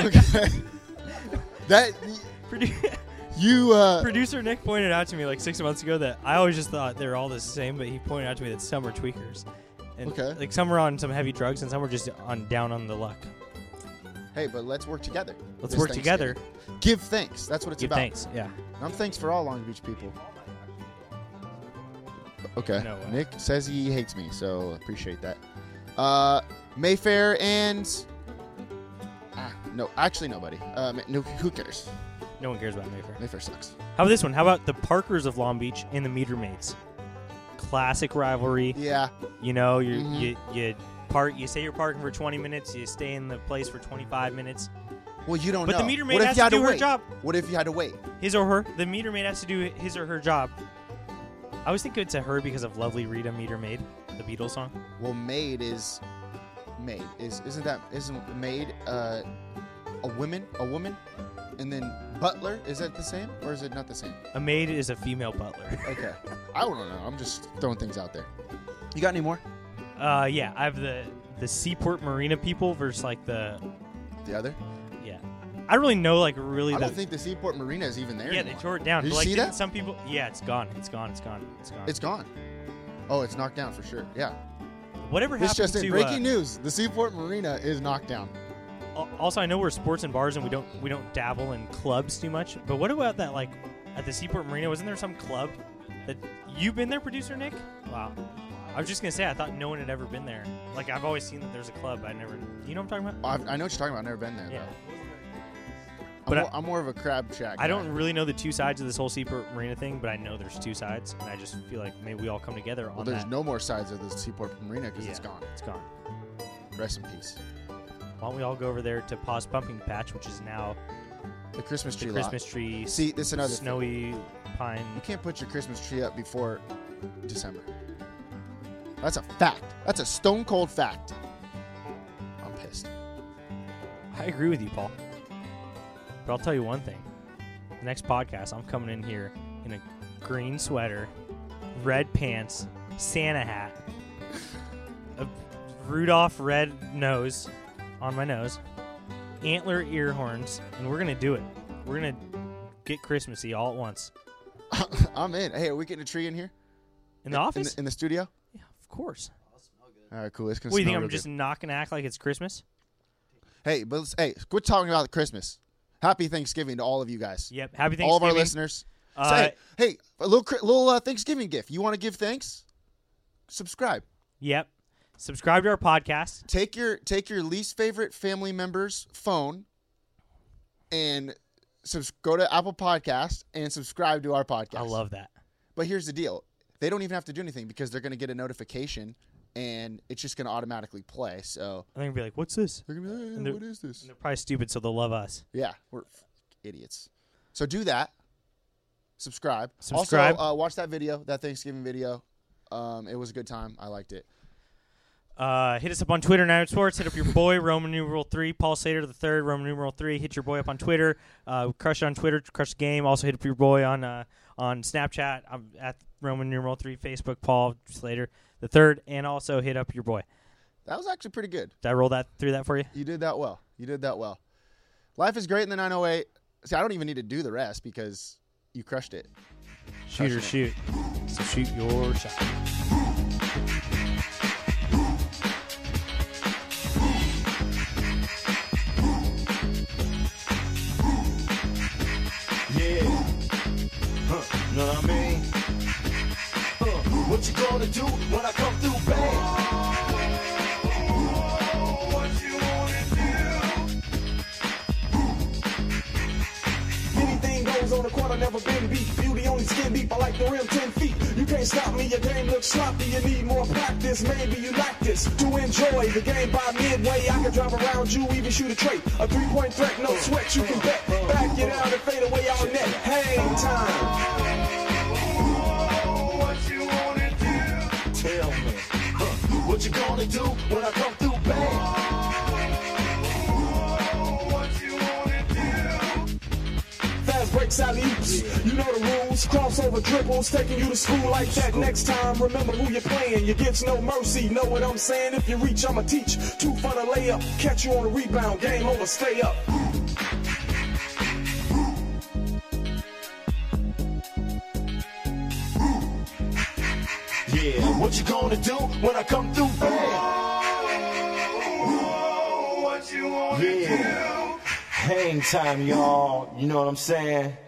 Speaker 2: okay. that
Speaker 3: Produ- *laughs*
Speaker 2: you uh,
Speaker 3: Producer Nick pointed out to me like six months ago that I always just thought they were all the same, but he pointed out to me that some are tweakers. And
Speaker 2: Okay.
Speaker 3: Like some are on some heavy drugs and some are just on down on the luck.
Speaker 2: Hey, but let's work together.
Speaker 3: Let's
Speaker 2: this
Speaker 3: work together.
Speaker 2: Thanksgiving. Give thanks. That's what it's
Speaker 3: Give
Speaker 2: about.
Speaker 3: thanks. Yeah.
Speaker 2: And I'm thanks for all Long Beach people. Okay.
Speaker 3: No way.
Speaker 2: Nick says he hates me, so appreciate that. Uh, Mayfair and ah, No, actually nobody. Um, no, who cares?
Speaker 3: No one cares about Mayfair.
Speaker 2: Mayfair sucks.
Speaker 3: How about this one? How about the Parkers of Long Beach and the Meter Maids? Classic rivalry.
Speaker 2: Yeah,
Speaker 3: You know, you
Speaker 2: Mm-hmm.
Speaker 3: you you park. You say you're parking for 20 minutes. You stay in the place for 25 minutes.
Speaker 2: Well, you don't
Speaker 3: But
Speaker 2: know.
Speaker 3: the meter maid
Speaker 2: what if
Speaker 3: has
Speaker 2: you
Speaker 3: to
Speaker 2: had
Speaker 3: do her
Speaker 2: wait?
Speaker 3: job.
Speaker 2: What if you had to wait?
Speaker 3: His or her. The meter maid has to do his or her job. I always think it's a her because of "Lovely Rita Meter Maid," the Beatles song.
Speaker 2: Well, maid is maid is isn't that isn't maid uh, a woman a woman, and then butler is that the same or is it not the same?
Speaker 3: A maid is a female butler. *laughs*
Speaker 2: Okay, I don't know. I'm just throwing things out there. You got any more?
Speaker 3: Uh, yeah, I have the the Seaport Marina people versus like the
Speaker 2: The other?
Speaker 3: yeah. I don't really know like really
Speaker 2: I
Speaker 3: the
Speaker 2: don't think the Seaport Marina is even there.
Speaker 3: yeah they
Speaker 2: anymore.
Speaker 3: tore it down.
Speaker 2: Did
Speaker 3: but,
Speaker 2: you
Speaker 3: like,
Speaker 2: see
Speaker 3: didn't
Speaker 2: that?
Speaker 3: Some people yeah, it's gone. It's gone. It's gone. It's gone.
Speaker 2: It's gone. Oh, it's knocked down for sure. Yeah.
Speaker 3: whatever
Speaker 2: This just
Speaker 3: happened to
Speaker 2: in.
Speaker 3: uh,
Speaker 2: Breaking news: The Seaport Marina is knocked down.
Speaker 3: Al- also I know we're sports and bars and we don't we don't dabble in clubs too much. But what about that like at the Seaport Marina? Wasn't there some club that you've been there, producer Nick? Wow. I was just gonna say I thought no one had ever been there. Like I've always seen that there's a club. I never. You know what I'm talking about?
Speaker 2: i I know what you're talking about. I've never been there.
Speaker 3: Yeah.
Speaker 2: though. I'm,
Speaker 3: But
Speaker 2: more,
Speaker 3: I-
Speaker 2: am more of a crab shack.
Speaker 3: I don't
Speaker 2: guy.
Speaker 3: really know the two sides of this whole Seaport Marina thing, but I know there's two sides, and I just feel like maybe we all come together on
Speaker 2: Well, there's
Speaker 3: that.
Speaker 2: no more sides of the Seaport Marina because it's
Speaker 3: Yeah,
Speaker 2: gone.
Speaker 3: It's gone.
Speaker 2: Rest in peace.
Speaker 3: Why don't we all go over there to Paws Pumping Patch, which is now
Speaker 2: The Christmas
Speaker 3: the
Speaker 2: tree
Speaker 3: Christmas
Speaker 2: lot.
Speaker 3: tree,
Speaker 2: See, this is another thing.
Speaker 3: snowy
Speaker 2: You
Speaker 3: pine.
Speaker 2: can't put your Christmas tree up before December. That's a fact. That's a stone cold fact. I'm pissed.
Speaker 3: I agree with you, Paul. But I'll tell you one thing: the next podcast, I'm coming in here in a green sweater, red pants, Santa hat, a Rudolph red nose on my nose, antler ear horns, and we're gonna do it. We're gonna get Christmassy all at once
Speaker 2: I'm in. Hey, are we getting a tree in here?
Speaker 3: in the
Speaker 2: In
Speaker 3: office.
Speaker 2: the, in the studio?
Speaker 3: yeah, of course.
Speaker 2: All right, cool. It's gonna
Speaker 3: What, you
Speaker 2: smell
Speaker 3: think I'm
Speaker 2: real
Speaker 3: just
Speaker 2: good.
Speaker 3: not gonna act like it's Christmas?
Speaker 2: Hey, but let's, hey, quit talking about Christmas. Happy Thanksgiving to all of you guys.
Speaker 3: Yep. Happy Thanksgiving.
Speaker 2: all of our listeners.
Speaker 3: Uh,
Speaker 2: Say, hey, a little cri- little uh, Thanksgiving gift. You want to give thanks? Subscribe.
Speaker 3: Yep. Subscribe to our podcast.
Speaker 2: Take your take your least favorite family member's phone and subs- go to Apple Podcast and subscribe to our podcast.
Speaker 3: I love that.
Speaker 2: But here's the deal: they don't even have to do anything because they're going to get a notification and it's just going to automatically play. So
Speaker 3: I think be like, "What's this?"
Speaker 2: they're going to be like,
Speaker 3: And
Speaker 2: "Hey,
Speaker 3: they're-
Speaker 2: "What is this?"
Speaker 3: They're probably stupid, so they'll love us.
Speaker 2: Yeah, we're f- idiots. So do that. Subscribe.
Speaker 3: Subscribe.
Speaker 2: Also, uh, watch that video, that Thanksgiving video. Um, it was a good time. I liked it.
Speaker 3: Uh, hit us up on Twitter, Nine Sports. Hit up your boy, Roman numeral three, Paul Sater the third, Roman numeral three. Hit your boy up on Twitter. Uh, crush it on Twitter, crush the game. Also hit up your boy on uh, on Snapchat. I'm at Roman numeral three, Facebook, Paul Slater the third, and also hit up your boy.
Speaker 2: That was actually pretty good.
Speaker 3: Did I roll that through that for you?
Speaker 2: You did that well. You did that well. Life is great in the 908. See, I don't even need to do the rest because you crushed it.
Speaker 3: Shoot or shoot. So shoot your shot.
Speaker 6: Yeah. Huh, know what I mean? Huh, what you gonna do when I come through, babe? What you wanna do? Anything goes on the court, I never been beat. Beauty only skin deep, I like the rim 10 feet. You can't stop me, your game looks sloppy. You need more practice, maybe you like this. To enjoy the game by midway, I can drive around you, even shoot a trait. A three point threat, no sweat, you can bet. Back it out and fade away all net. Hang time. What you wanna do? Tell me. Huh, What you gonna do when I come through, babe? What you wanna do? Fast breaks, alley oops. You know the rules. Crossover dribbles, taking you to school like that. Next time, remember who you're playing. You gets no mercy. Know what I'm saying? If you reach, I'ma teach. Two for the layup. Catch you on the rebound. Game over. Stay up. Yeah, what you gonna do when I come through? What you wanna do? Hang time, y'all. You know what I'm saying?